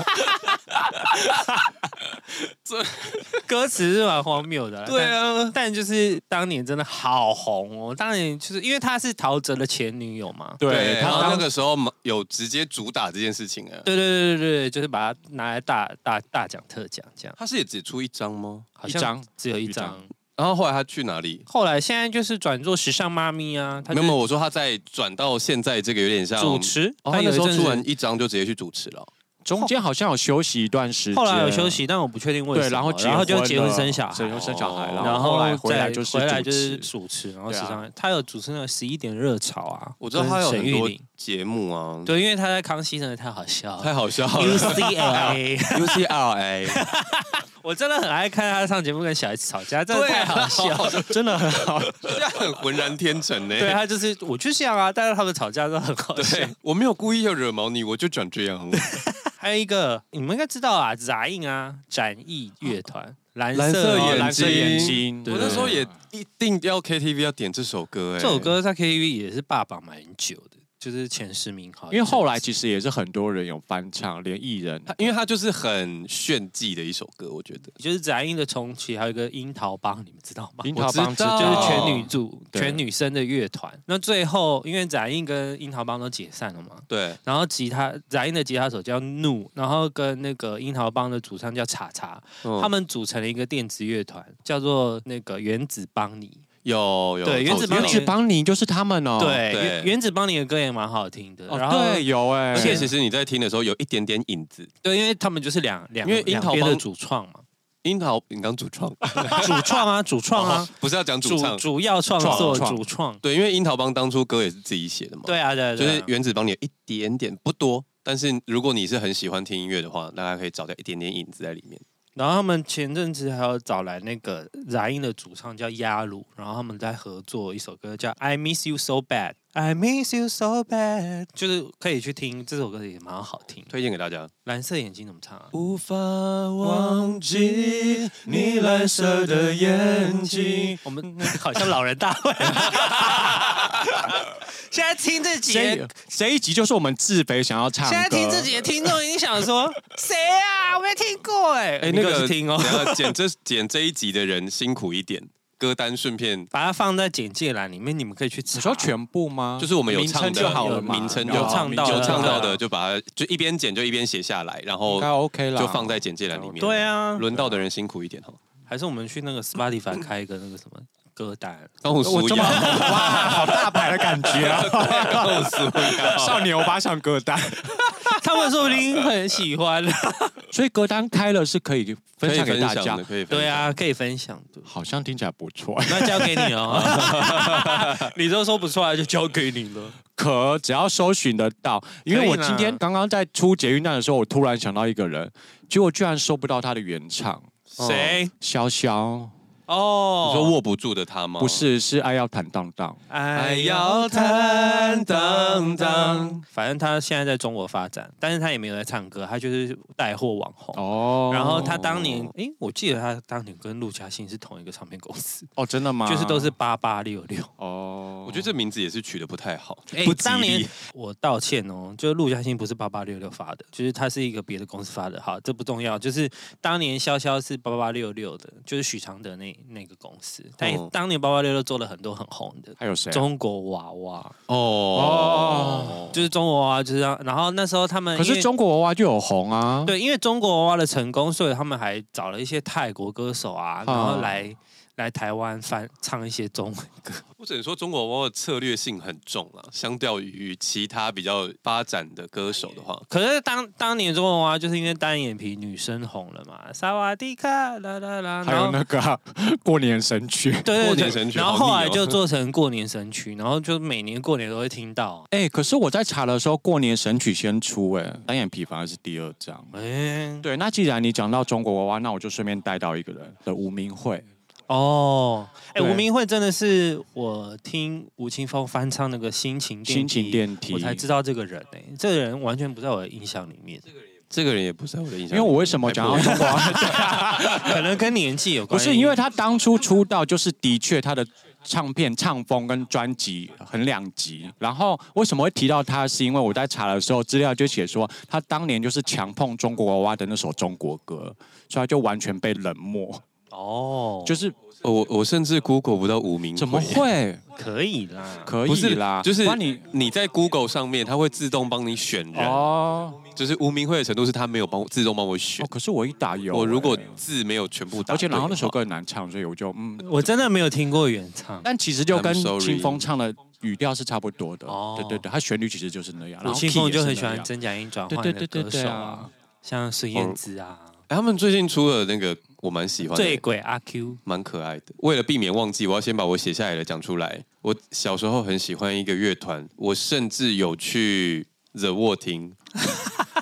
[SPEAKER 1] 歌词是蛮荒谬的啦，
[SPEAKER 2] 对啊
[SPEAKER 1] 但，但就是当年真的好红哦。当年就是因为她是陶喆的前女友嘛，
[SPEAKER 3] 对，
[SPEAKER 2] 然
[SPEAKER 3] 她
[SPEAKER 2] 后
[SPEAKER 3] 当
[SPEAKER 2] 那个时候有直接主打这件事情啊。
[SPEAKER 1] 对对对对对，就是把它拿来大大大奖特奖这样，
[SPEAKER 2] 他是也只出一张吗？
[SPEAKER 1] 好
[SPEAKER 3] 一
[SPEAKER 1] 像
[SPEAKER 3] 张
[SPEAKER 1] 只有一
[SPEAKER 3] 一张
[SPEAKER 1] 张。
[SPEAKER 2] 然后后来他去哪里？
[SPEAKER 1] 后来现在就是转做时尚妈咪啊，她就
[SPEAKER 2] 没有，没有我说他在转到现在这个有点像
[SPEAKER 1] 主。持，
[SPEAKER 2] 哦，
[SPEAKER 1] 她
[SPEAKER 2] 他
[SPEAKER 1] 有
[SPEAKER 2] 那
[SPEAKER 1] 一
[SPEAKER 2] 时候
[SPEAKER 1] 阵
[SPEAKER 2] 出
[SPEAKER 1] 子
[SPEAKER 2] 完一张就直接去主持了。哦
[SPEAKER 3] 中间好像有休息一段时间，
[SPEAKER 1] 后来有休息，但我不确定为什么，
[SPEAKER 3] 对，然后
[SPEAKER 1] 然后就
[SPEAKER 3] 婚
[SPEAKER 1] 结婚
[SPEAKER 3] 了
[SPEAKER 1] 生小
[SPEAKER 3] 结
[SPEAKER 1] 孩。
[SPEAKER 3] 婚生小孩，
[SPEAKER 2] 哦
[SPEAKER 1] 然
[SPEAKER 3] 然
[SPEAKER 1] 后
[SPEAKER 3] 后后来
[SPEAKER 1] 再
[SPEAKER 3] 回来就是
[SPEAKER 1] 回来
[SPEAKER 3] 主
[SPEAKER 1] 就
[SPEAKER 3] 持
[SPEAKER 1] 是主持，然后时
[SPEAKER 3] 对啊
[SPEAKER 1] 尚，他有主持那个十一点热潮啊，
[SPEAKER 2] 我知道他有
[SPEAKER 1] 跟沈
[SPEAKER 2] 很
[SPEAKER 1] 玉
[SPEAKER 2] 多
[SPEAKER 1] 琳
[SPEAKER 2] 节目啊，
[SPEAKER 1] 对，因为他在康熙真的太好笑
[SPEAKER 2] 太
[SPEAKER 1] 了
[SPEAKER 2] 好笑了。
[SPEAKER 1] ，UCLA，
[SPEAKER 2] U C L A，
[SPEAKER 1] 我真的很爱看他上节目跟小孩子吵架，真的太好笑了。
[SPEAKER 3] 啊 真的很好。
[SPEAKER 2] 这样很浑然天成呢、
[SPEAKER 1] 对他就是我就像啊，但是他们吵架都很好笑。
[SPEAKER 2] 对，我没有故意要惹毛你，我就转这样。
[SPEAKER 1] 还有一个你们应该知道啊，杂印啊，展翼乐团，蓝
[SPEAKER 2] 蓝色
[SPEAKER 1] 色
[SPEAKER 2] 眼
[SPEAKER 1] 哦
[SPEAKER 3] 蓝色眼
[SPEAKER 2] 睛
[SPEAKER 3] 睛，
[SPEAKER 1] 对
[SPEAKER 2] 我那时候也一定要 KTV 要点这首歌、哎，
[SPEAKER 1] 这首歌在 KTV 也是霸榜蛮久的，就是前十名好一
[SPEAKER 3] 因
[SPEAKER 1] 阵子。
[SPEAKER 3] 为后来其实也是很多人有翻唱，连艺人
[SPEAKER 2] 它，因为它就是很炫技的一首歌，我觉得。
[SPEAKER 1] 就是杂音的重启，还有一个樱桃帮，你们知道吗？
[SPEAKER 3] 樱桃
[SPEAKER 2] 我
[SPEAKER 3] 帮
[SPEAKER 2] 知
[SPEAKER 3] 知
[SPEAKER 2] 道
[SPEAKER 1] 就是
[SPEAKER 3] 道
[SPEAKER 1] 全女组、
[SPEAKER 2] 哦
[SPEAKER 3] 对
[SPEAKER 1] 全女生的乐团。那最后，因为展映跟樱桃帮都解散了嘛，
[SPEAKER 2] 对，
[SPEAKER 1] 然后吉他展映的吉他手叫怒，然后跟那个樱桃帮的主唱叫查查，他
[SPEAKER 2] 他
[SPEAKER 1] 们组成了一个电子乐团，叫做那个原子邦尼。
[SPEAKER 2] 有有
[SPEAKER 1] 对原子帮
[SPEAKER 3] 原
[SPEAKER 1] 你
[SPEAKER 3] 子邦尼就是他们哦。
[SPEAKER 1] 对，
[SPEAKER 2] 对
[SPEAKER 1] 原原子邦尼的歌也蛮好听的。
[SPEAKER 3] 哦，
[SPEAKER 1] 然后
[SPEAKER 3] 对，有哎，
[SPEAKER 2] 而且其实你在听的时候有一点点影子，
[SPEAKER 1] 对，因为他们就是两两
[SPEAKER 2] 因为樱
[SPEAKER 1] 两
[SPEAKER 2] 桃
[SPEAKER 1] 边的
[SPEAKER 2] 帮
[SPEAKER 1] 主创嘛，
[SPEAKER 2] 樱桃你刚主 创，
[SPEAKER 1] 主创啊，主创啊，
[SPEAKER 2] 不是要讲哦主
[SPEAKER 1] 主
[SPEAKER 2] 唱，
[SPEAKER 1] 主要创
[SPEAKER 3] 创
[SPEAKER 1] 作
[SPEAKER 3] 创
[SPEAKER 1] 主创。
[SPEAKER 2] 对，因为樱桃帮当初歌也是自己写的嘛，，
[SPEAKER 1] 对啊，对啊
[SPEAKER 2] 就
[SPEAKER 1] 对啊
[SPEAKER 2] 是原子帮你有一点点不多，但是如果你是很喜欢听音乐的话，大家可以找到一点点影子在里 面。
[SPEAKER 1] 然后他们前阵子还有找来那个杂音的主唱叫亚鲁，然后他们在合作一首歌叫《I Miss You So Bad》，I Miss You So Bad，就是可以去听这首歌也蛮好听。
[SPEAKER 2] 推荐给大家。
[SPEAKER 1] 蓝色眼睛怎么唱啊？
[SPEAKER 2] 无法
[SPEAKER 3] 忘记你蓝色的眼睛，
[SPEAKER 1] 我们好像老人大会。现在听这集，
[SPEAKER 3] 谁
[SPEAKER 1] 现
[SPEAKER 3] 谁一集就是我们自肥想要唱歌。
[SPEAKER 1] 在听这集的听众一定想说，谁啊？我没听过哎、
[SPEAKER 2] 哎，
[SPEAKER 1] 你
[SPEAKER 2] 那
[SPEAKER 1] 给我
[SPEAKER 2] 个
[SPEAKER 1] 去听哦，
[SPEAKER 2] 等一 下剪这剪这一集的人辛苦一点，歌单顺便
[SPEAKER 1] 把它放在简介栏里面，你们可以去查。
[SPEAKER 3] 你说全部吗？
[SPEAKER 2] 就是我们有
[SPEAKER 3] 名
[SPEAKER 2] 唱
[SPEAKER 3] 称
[SPEAKER 2] 的
[SPEAKER 3] 就好了嘛，
[SPEAKER 2] 名称
[SPEAKER 1] 有
[SPEAKER 2] 就好
[SPEAKER 1] 唱到
[SPEAKER 2] 有唱到
[SPEAKER 1] 对
[SPEAKER 2] 的
[SPEAKER 1] 啊
[SPEAKER 2] 就把它就一边剪就一边写下来，然后
[SPEAKER 3] 应该 OK 啦，
[SPEAKER 2] 就放在简介栏里面。
[SPEAKER 1] 对，啊，
[SPEAKER 2] 轮到的人辛苦一点哈。
[SPEAKER 1] 还是我们去那个 Spotify 开一个那个什么歌 单？
[SPEAKER 2] 刚我
[SPEAKER 3] 我
[SPEAKER 2] 苏
[SPEAKER 3] 这么
[SPEAKER 2] 雅，
[SPEAKER 3] 哇，好大牌的感觉啊！
[SPEAKER 2] 刚我苏雅，
[SPEAKER 3] 少年欧巴上歌 单，
[SPEAKER 1] 他们说不定很喜欢。
[SPEAKER 3] 所以歌单开了是可以 分享给大
[SPEAKER 2] 可以分享
[SPEAKER 3] 家
[SPEAKER 2] 的，可以分享
[SPEAKER 1] 对，啊，可以分享的，
[SPEAKER 3] 好像听起来不错。
[SPEAKER 1] 那交给你 哦。 你都说不出来，就交给你了。
[SPEAKER 3] 可只要搜寻得到，因为我
[SPEAKER 1] 可以啦
[SPEAKER 3] 今天刚刚在出捷运站的时候，我突然想到一个人，结果居然搜不到他的原唱，
[SPEAKER 1] 谁？
[SPEAKER 3] 潇潇，
[SPEAKER 1] 哦
[SPEAKER 2] 哦你，说握不住的他吗？
[SPEAKER 3] 不，是，是爱要坦荡荡。
[SPEAKER 1] 哎
[SPEAKER 2] 要坦荡荡。
[SPEAKER 1] 反正他现在在中国发展，但是他也没有在唱歌，他就是带货网红。
[SPEAKER 3] 哦，
[SPEAKER 1] 然后他当年，哎，我记得他当年跟陆嘉欣是同一个唱片公 司，
[SPEAKER 3] 哦，真的吗？
[SPEAKER 1] 就是都是八八六六。
[SPEAKER 3] 哦，
[SPEAKER 2] 我觉得这名字也是取得不太好，
[SPEAKER 1] 哎
[SPEAKER 2] 不吉
[SPEAKER 1] 当年
[SPEAKER 2] 利。
[SPEAKER 1] 我道歉哦，就是陆嘉欣不是八八六六发的，就是他是一个别的公司发的。好，这不重要，就是当年潇潇是八八六六的，就是许常德那那个公司，但
[SPEAKER 2] 哦
[SPEAKER 1] 当年八八六六做了很多很红的。
[SPEAKER 3] 还有谁啊？
[SPEAKER 1] 中国娃娃
[SPEAKER 2] 哦，
[SPEAKER 1] 就是中国娃娃，就是让然后那时候他们
[SPEAKER 3] 可
[SPEAKER 1] 因
[SPEAKER 3] 是
[SPEAKER 1] 为
[SPEAKER 3] 中国娃娃就有红啊。，
[SPEAKER 1] 对，因为中国娃娃的成功，所以他们还找了一些泰国歌手啊，然后
[SPEAKER 3] 啊
[SPEAKER 1] 来、来台湾翻唱一些中文歌。
[SPEAKER 2] 我只能说中国娃娃的策略性很重啊，相较于其他比较发展的歌手的话，
[SPEAKER 1] 可是当当年中国娃娃就是因为单眼皮女生红了嘛，萨瓦迪卡啦啦啦，
[SPEAKER 3] 还
[SPEAKER 1] 然
[SPEAKER 3] 有
[SPEAKER 1] 后
[SPEAKER 3] 那个啊过年神曲。
[SPEAKER 1] 对对
[SPEAKER 2] 过年
[SPEAKER 1] 对
[SPEAKER 2] 神，曲
[SPEAKER 1] 然后
[SPEAKER 2] 好腻
[SPEAKER 1] 后来
[SPEAKER 2] 哦
[SPEAKER 1] 就做成过年神曲，然后就每年过年都会听到。
[SPEAKER 3] 哎，可是我在查的时候，过年神曲先出，哎，单眼皮反而是第二张。
[SPEAKER 1] 哎，
[SPEAKER 3] 对，那既然你讲到中国娃娃，那我就顺便带到一个人的吴明慧。
[SPEAKER 1] 哦，哎，
[SPEAKER 3] 对
[SPEAKER 1] 吴明慧真的是我听吴青峰翻唱那个《心情电
[SPEAKER 3] 心
[SPEAKER 1] 梯
[SPEAKER 3] 情电梯，
[SPEAKER 1] 我才知道这个人哎、这个人完全不在我的印象里 面，
[SPEAKER 2] 这个人也不在我的印
[SPEAKER 3] 因
[SPEAKER 2] 象里。
[SPEAKER 3] 为我为什么讲到中 国娃娃，
[SPEAKER 1] 可能跟年纪有
[SPEAKER 3] 不
[SPEAKER 1] 关。
[SPEAKER 3] 是因为他当初出道就是的确他的唱片唱风跟专辑很两极。然后为什么会提到他，是因为我在查的时候资料就写说他当年就是强碰中国娃娃的那首中国歌，所以他就完全被冷漠，
[SPEAKER 1] 哦，
[SPEAKER 3] 就
[SPEAKER 1] 就是
[SPEAKER 2] 哦我我甚至 Google 不到无名，
[SPEAKER 3] 怎么？ 会
[SPEAKER 1] 可以啦。
[SPEAKER 3] 可
[SPEAKER 2] 不
[SPEAKER 3] 以
[SPEAKER 2] 是
[SPEAKER 3] 啦？
[SPEAKER 2] 就是
[SPEAKER 3] 那你
[SPEAKER 2] 你在 Google 上面，它会自动帮你选人，
[SPEAKER 3] 哦
[SPEAKER 2] 就是无名会的程度是它没有帮我自动帮我选
[SPEAKER 3] 哦，。可是我一打有
[SPEAKER 2] 我如果
[SPEAKER 3] 欸
[SPEAKER 2] 字没有全部打
[SPEAKER 3] 而且
[SPEAKER 2] 对的话，
[SPEAKER 3] 然后那首歌很难唱，所以我就嗯，
[SPEAKER 1] 我真的没有听过原唱。
[SPEAKER 3] 但其实就跟
[SPEAKER 2] I'm sorry
[SPEAKER 3] 清风唱的语调是差不多的。
[SPEAKER 1] 哦
[SPEAKER 3] 对对对，它旋律其实就是那样。然
[SPEAKER 1] 吴
[SPEAKER 3] 后
[SPEAKER 1] 青
[SPEAKER 3] key
[SPEAKER 1] 峰
[SPEAKER 3] 也是
[SPEAKER 1] 就很
[SPEAKER 3] 那
[SPEAKER 1] 喜欢
[SPEAKER 3] 样
[SPEAKER 1] 真假音转
[SPEAKER 3] 对
[SPEAKER 1] 换
[SPEAKER 3] 对
[SPEAKER 1] 的
[SPEAKER 3] 对对
[SPEAKER 1] 歌
[SPEAKER 3] 对
[SPEAKER 1] 手
[SPEAKER 3] 啊
[SPEAKER 1] 啊，像孙燕姿啊、
[SPEAKER 2] 哎他们最近出了那个我蛮喜
[SPEAKER 3] 哦
[SPEAKER 2] 欢
[SPEAKER 1] 醉
[SPEAKER 2] 的，
[SPEAKER 1] 鬼阿 Q。
[SPEAKER 2] 蛮可爱的。为了避免忘记，我要先把我写下来的讲出来。我小时候很喜欢一个乐团，我甚至有去 The w a 听，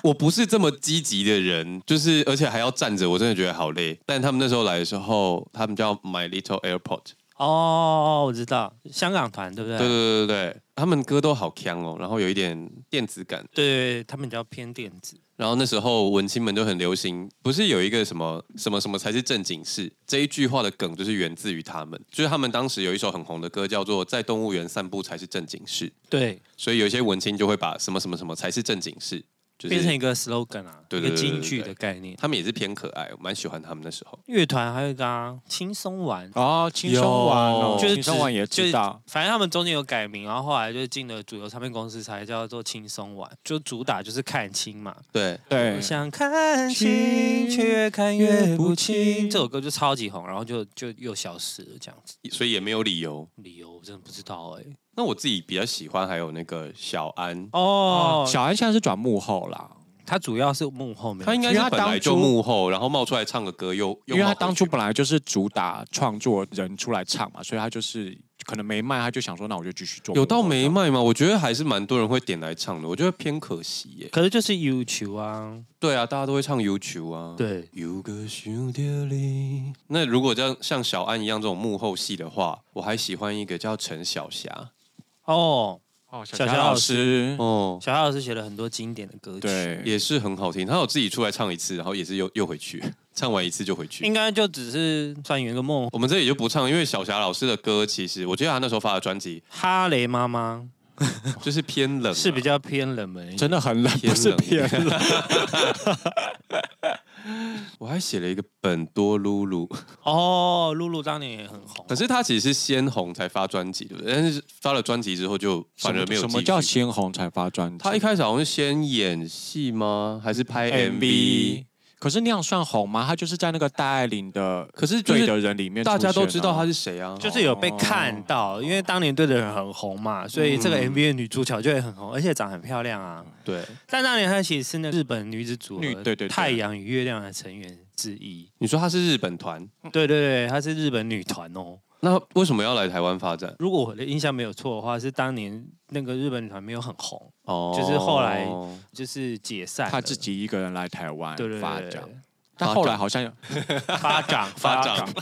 [SPEAKER 2] 我不是这么积极的人，就是而且还要站着，我真的觉得好累。但他们那时候来的时候，他们叫 My Little Airport，
[SPEAKER 1] 哦，我知道，香港团对不对？
[SPEAKER 2] 对对对对对，他们歌都好强哦，然后有一点电子感。
[SPEAKER 1] 对他们比较偏电子。
[SPEAKER 2] 然后那时候文青们就很流行，不是有一个什么什么什么才是正经事这一句话的梗，就是源自于他们，就是他们当时有一首很红的歌叫做《在动物园散步才是正经事》，
[SPEAKER 1] 对，
[SPEAKER 2] 所以有一些文青就会把什么什么什么才是正经事，就是
[SPEAKER 1] 变成一个 slogan 啊，一
[SPEAKER 2] 对对
[SPEAKER 1] 个
[SPEAKER 2] 对对
[SPEAKER 1] 金句
[SPEAKER 2] 对
[SPEAKER 1] 的概念。
[SPEAKER 2] 他们也是偏可爱，我蛮喜欢他们那时候。
[SPEAKER 1] 乐团还有一个啊，轻松玩，
[SPEAKER 3] 哦，轻松玩哦，
[SPEAKER 2] 有
[SPEAKER 1] 就是
[SPEAKER 3] 轻松玩也
[SPEAKER 1] 就
[SPEAKER 3] 知
[SPEAKER 1] 是
[SPEAKER 3] 道。
[SPEAKER 1] 反正他们中间有改名，然后后来就进了主流唱片公司，才叫做轻松玩，就主打就是看清嘛。
[SPEAKER 2] 对，
[SPEAKER 3] 对，
[SPEAKER 1] 想看清，却看越不清。这首歌就超级红，然后就就又消失了，这样子。
[SPEAKER 2] 所以也没有理由。
[SPEAKER 1] 理由我真的不知道哎、
[SPEAKER 2] 那我自己比较喜欢还有那个小
[SPEAKER 3] 嗯
[SPEAKER 2] 安，
[SPEAKER 1] 哦，
[SPEAKER 3] 小安现在是转幕后啦，
[SPEAKER 1] 他主要是幕后没有
[SPEAKER 2] 他应该
[SPEAKER 3] 因
[SPEAKER 2] 是
[SPEAKER 3] 为他
[SPEAKER 2] 本
[SPEAKER 3] 当
[SPEAKER 2] 来就
[SPEAKER 3] 初
[SPEAKER 2] 幕后，然后冒出来唱个歌又，
[SPEAKER 3] 因
[SPEAKER 2] 又
[SPEAKER 3] 为
[SPEAKER 2] 冒
[SPEAKER 3] 他
[SPEAKER 2] 回
[SPEAKER 3] 当初
[SPEAKER 2] 去
[SPEAKER 3] 本来就是主打创作人出来唱嘛，所以他就是可能没卖，他就想说那我就继续做。
[SPEAKER 2] 有到没？卖吗？我觉得还是蛮多人会点来唱的，我觉得偏可惜耶。
[SPEAKER 1] 可是就是 YouTube 啊，
[SPEAKER 2] 对啊，大家都会唱 YouTube 啊。，
[SPEAKER 1] 对，
[SPEAKER 2] 有个兄弟里。那如果这样像小安一样这种幕后戏的话，我还喜欢一个叫陈小霞。
[SPEAKER 1] 哦，
[SPEAKER 3] 哦，小
[SPEAKER 1] 小
[SPEAKER 3] 霞
[SPEAKER 1] 霞老
[SPEAKER 3] 老师，
[SPEAKER 2] 哦，
[SPEAKER 1] 小夏老师写了很多经典的歌曲，
[SPEAKER 3] 对，
[SPEAKER 2] 也是很好听，他有自己出来唱一次，然后也是又又回去， 唱完一次就回去
[SPEAKER 1] 应。该就只是算圆个梦。
[SPEAKER 2] 我们这里就不唱，因为小霞老师的歌，其实我记得他那时候发的专辑
[SPEAKER 1] 哈雷妈妈
[SPEAKER 2] 就是偏冷啊、
[SPEAKER 1] 是比较偏冷门一点，
[SPEAKER 3] 真的很冷，
[SPEAKER 2] 偏
[SPEAKER 3] 不是
[SPEAKER 2] 冷
[SPEAKER 3] 偏冷。
[SPEAKER 2] 我还写了一个本多露露，
[SPEAKER 1] 哦，露露当年也很红
[SPEAKER 2] 可，是他其实是先红才发专辑，对不对？但是发了专辑之后就反而没有
[SPEAKER 3] 什
[SPEAKER 2] 继
[SPEAKER 3] 么
[SPEAKER 2] 续
[SPEAKER 3] 叫鲜红才发专辑？
[SPEAKER 2] 他一开始好像是先演戏吗？还是拍 MV？
[SPEAKER 3] MV，可是那样算红吗？他就是在那个戴爱玲的
[SPEAKER 2] 可是就
[SPEAKER 3] 对
[SPEAKER 2] 是
[SPEAKER 3] 的人里面出现
[SPEAKER 2] 大
[SPEAKER 3] 啊，
[SPEAKER 2] 家都知道他是谁啊，
[SPEAKER 1] 就是有被看
[SPEAKER 3] 哦
[SPEAKER 1] 到，因为当年对的人很红嘛，所以这
[SPEAKER 3] 嗯
[SPEAKER 1] 个 MV 的女主角就也很红，而且长很漂亮啊。
[SPEAKER 2] 对。
[SPEAKER 1] 但当年她其实是那日本女子组合
[SPEAKER 3] 女对对对
[SPEAKER 1] 太阳与月亮的成员之一。
[SPEAKER 2] 你说他是日本团，
[SPEAKER 1] 对对对，她是日本女团哦。
[SPEAKER 2] 那为什么要来台湾发展？
[SPEAKER 1] 如果我的印象没有错的话，是当年那个日本女团没有很红，
[SPEAKER 2] 哦
[SPEAKER 1] 就是后来就是解散了，
[SPEAKER 3] 他自己一个人来台湾
[SPEAKER 1] 对对
[SPEAKER 3] 发
[SPEAKER 1] 对
[SPEAKER 3] 展，
[SPEAKER 1] 对
[SPEAKER 3] 但
[SPEAKER 2] 发
[SPEAKER 3] 后
[SPEAKER 2] 展
[SPEAKER 3] 来好像
[SPEAKER 1] 发展
[SPEAKER 2] 发展
[SPEAKER 1] 展，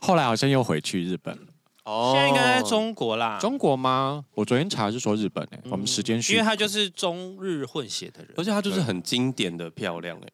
[SPEAKER 3] 后来好像又回去日本了。
[SPEAKER 2] 哦
[SPEAKER 1] 现在应该在中国啦，
[SPEAKER 3] 中国吗？我昨天查是说日本诶，
[SPEAKER 1] 嗯
[SPEAKER 3] 我们时间
[SPEAKER 1] 因
[SPEAKER 3] 序
[SPEAKER 1] 为她就是中日混血的人
[SPEAKER 2] 而。且她就是很经典的漂亮、欸，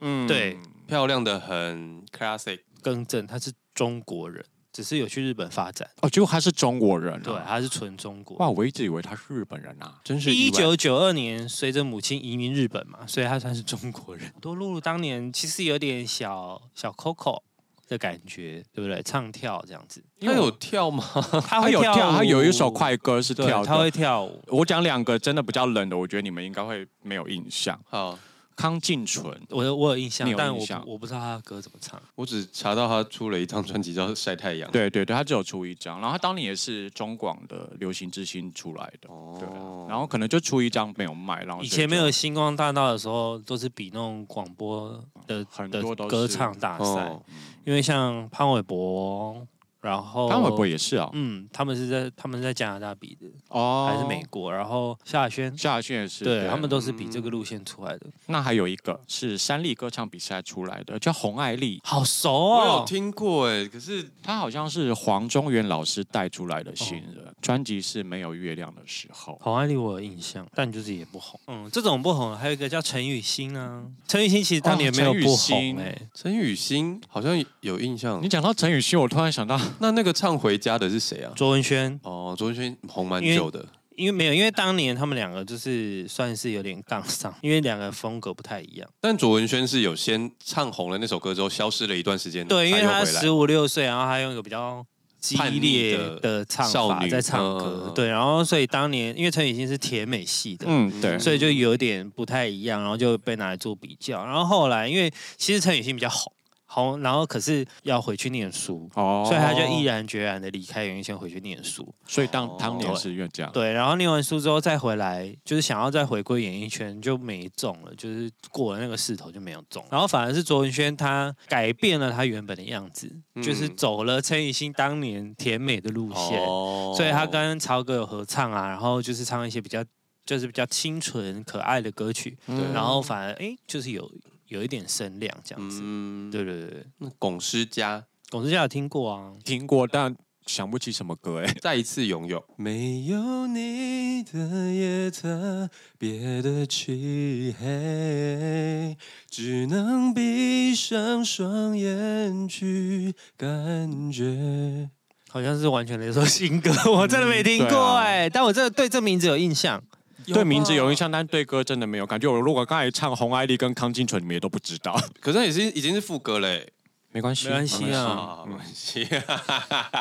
[SPEAKER 3] 嗯
[SPEAKER 1] 对
[SPEAKER 2] 漂亮的很 classic。
[SPEAKER 1] 更正，她是中国人，只是有去日本发展。
[SPEAKER 3] 哦，结果他是中国人、啊，
[SPEAKER 1] 对，他是纯中国。
[SPEAKER 3] 哇，我一直以为他是日本人啊。
[SPEAKER 2] 真是
[SPEAKER 1] 一
[SPEAKER 2] 意外
[SPEAKER 1] 九九二年，随着母亲移民日本嘛，所以他算是中国人。多露露当年其实有点小小 Coco 的感觉，对不对？唱跳这样子，
[SPEAKER 2] 她有跳吗？
[SPEAKER 1] 他
[SPEAKER 3] 他
[SPEAKER 1] 会
[SPEAKER 3] 有
[SPEAKER 1] 跳舞，
[SPEAKER 3] 跳，他有一首快歌是
[SPEAKER 1] 对
[SPEAKER 3] 跳，
[SPEAKER 1] 他
[SPEAKER 3] 的。
[SPEAKER 1] 会跳舞。
[SPEAKER 3] 我讲两个真的比较冷的，我觉得你们应该会没有印象。
[SPEAKER 2] 好，
[SPEAKER 3] 康靖纯，
[SPEAKER 1] 我有我有印象，哦
[SPEAKER 3] 你有
[SPEAKER 1] 但
[SPEAKER 3] 印
[SPEAKER 1] 我
[SPEAKER 3] 象
[SPEAKER 1] 不我不知道他的歌怎么唱。
[SPEAKER 2] 我只查到她出了一张专辑叫《晒太阳》。
[SPEAKER 3] 对对对，他只有出一张，然后他当年也是中广的流行之星出来的，对啊
[SPEAKER 2] 哦，
[SPEAKER 3] 然后可能就出一张没有卖，然后
[SPEAKER 1] 以
[SPEAKER 3] 所
[SPEAKER 1] 前没有
[SPEAKER 3] 就
[SPEAKER 1] 星光大道的时候，都是比那种广播的
[SPEAKER 3] 很
[SPEAKER 1] 的
[SPEAKER 3] 多都是
[SPEAKER 1] 歌唱大赛，
[SPEAKER 2] 哦
[SPEAKER 1] 因为像潘玮柏，然后
[SPEAKER 3] 潘玮柏也是啊，
[SPEAKER 1] 哦嗯，他们是在他们是在加拿大比的，
[SPEAKER 3] 哦，
[SPEAKER 1] 还是美国，然后萧亚轩，
[SPEAKER 3] 萧亚轩也是，
[SPEAKER 1] 对他嗯们都是比这个路线出来的，
[SPEAKER 3] 那还有一个是三立歌唱比赛出来的，叫洪爱丽，
[SPEAKER 1] 好熟
[SPEAKER 2] 我有
[SPEAKER 1] 哦。
[SPEAKER 2] 听过哎、可是
[SPEAKER 3] 她好像是黄宗元老师带出来的新人，
[SPEAKER 1] 哦
[SPEAKER 3] 专辑是没有月亮的时候。
[SPEAKER 1] 红安利我有印象，但就是也不红。嗯，这种不红，还有一个叫陈雨欣啊，陈雨欣其实当年没有不
[SPEAKER 3] 哦陈雨
[SPEAKER 1] 红
[SPEAKER 3] 欣
[SPEAKER 1] 哎、
[SPEAKER 2] 陈雨欣好像有印象
[SPEAKER 3] 你，讲到陈雨欣，我突然想到，
[SPEAKER 2] 那那个唱《回家》的是谁啊？
[SPEAKER 1] 卓文嗯萱，
[SPEAKER 2] 哦，卓文萱红蛮
[SPEAKER 1] 因为
[SPEAKER 2] 久的，
[SPEAKER 1] 因为没有，因为当年他们两个就是算是有点杠上，因为两个风格不太一样。
[SPEAKER 2] 但卓文萱是有先唱红了那首歌之后，消失了一段时间，
[SPEAKER 1] 对，因为
[SPEAKER 2] 她
[SPEAKER 1] 嗯他
[SPEAKER 2] 又回来
[SPEAKER 1] 十五六岁，然后他用一个比较激
[SPEAKER 2] 叛逆
[SPEAKER 1] 烈
[SPEAKER 2] 的
[SPEAKER 1] 的唱
[SPEAKER 2] 少
[SPEAKER 1] 法
[SPEAKER 2] 女
[SPEAKER 1] 在唱
[SPEAKER 2] 嗯嗯
[SPEAKER 1] 歌，
[SPEAKER 2] 嗯
[SPEAKER 1] 对，然后所以当年因为陈雨欣是甜美系的，
[SPEAKER 3] 嗯，对，
[SPEAKER 1] 所以就有点不太一样，然后就被拿来做比较。然后后来，因为其实陈雨欣比较红，红，然后可是要回去念书，
[SPEAKER 3] 哦，
[SPEAKER 1] 所以他就毅，然决然的离开演艺圈回去念书。
[SPEAKER 3] 所以当当年是月这样，
[SPEAKER 1] 对，然后念完书之后再回来，就是想要再回归演艺圈就没中了，就是过了那个势头就没有中。然后反而是卓文萱她改变了她原本的样子，就是
[SPEAKER 2] 嗯
[SPEAKER 1] 走了陈雨欣当年甜美的路线。
[SPEAKER 2] 哦
[SPEAKER 1] 所以他跟曹格有合唱啊，然后就是唱一些比较就是比较清纯可爱的歌曲，
[SPEAKER 2] 对
[SPEAKER 1] 然后反而哎、诶就是有有一点声量这样子。
[SPEAKER 2] 嗯，
[SPEAKER 1] 对对对对，
[SPEAKER 2] 龚诗佳
[SPEAKER 1] 龚之家有听过啊，
[SPEAKER 3] 听过，但想不起什么歌哎、
[SPEAKER 2] 再一次拥有。没有你的夜特别的漆黑，只能闭上双眼去感觉。
[SPEAKER 1] 好像是完全的一首新歌， 我真的没听
[SPEAKER 3] 对
[SPEAKER 1] 过
[SPEAKER 3] 啊
[SPEAKER 1] 哎、但我真的对这名字有印象。
[SPEAKER 3] 对名字有印象，但对歌真的没有。感觉我如果刚才唱《红爱丽》跟《康金纯》，你们也都不知道。
[SPEAKER 2] 可是也是已经是副歌嘞，
[SPEAKER 3] 没关系，
[SPEAKER 1] 没关系啊
[SPEAKER 2] 啊，没关系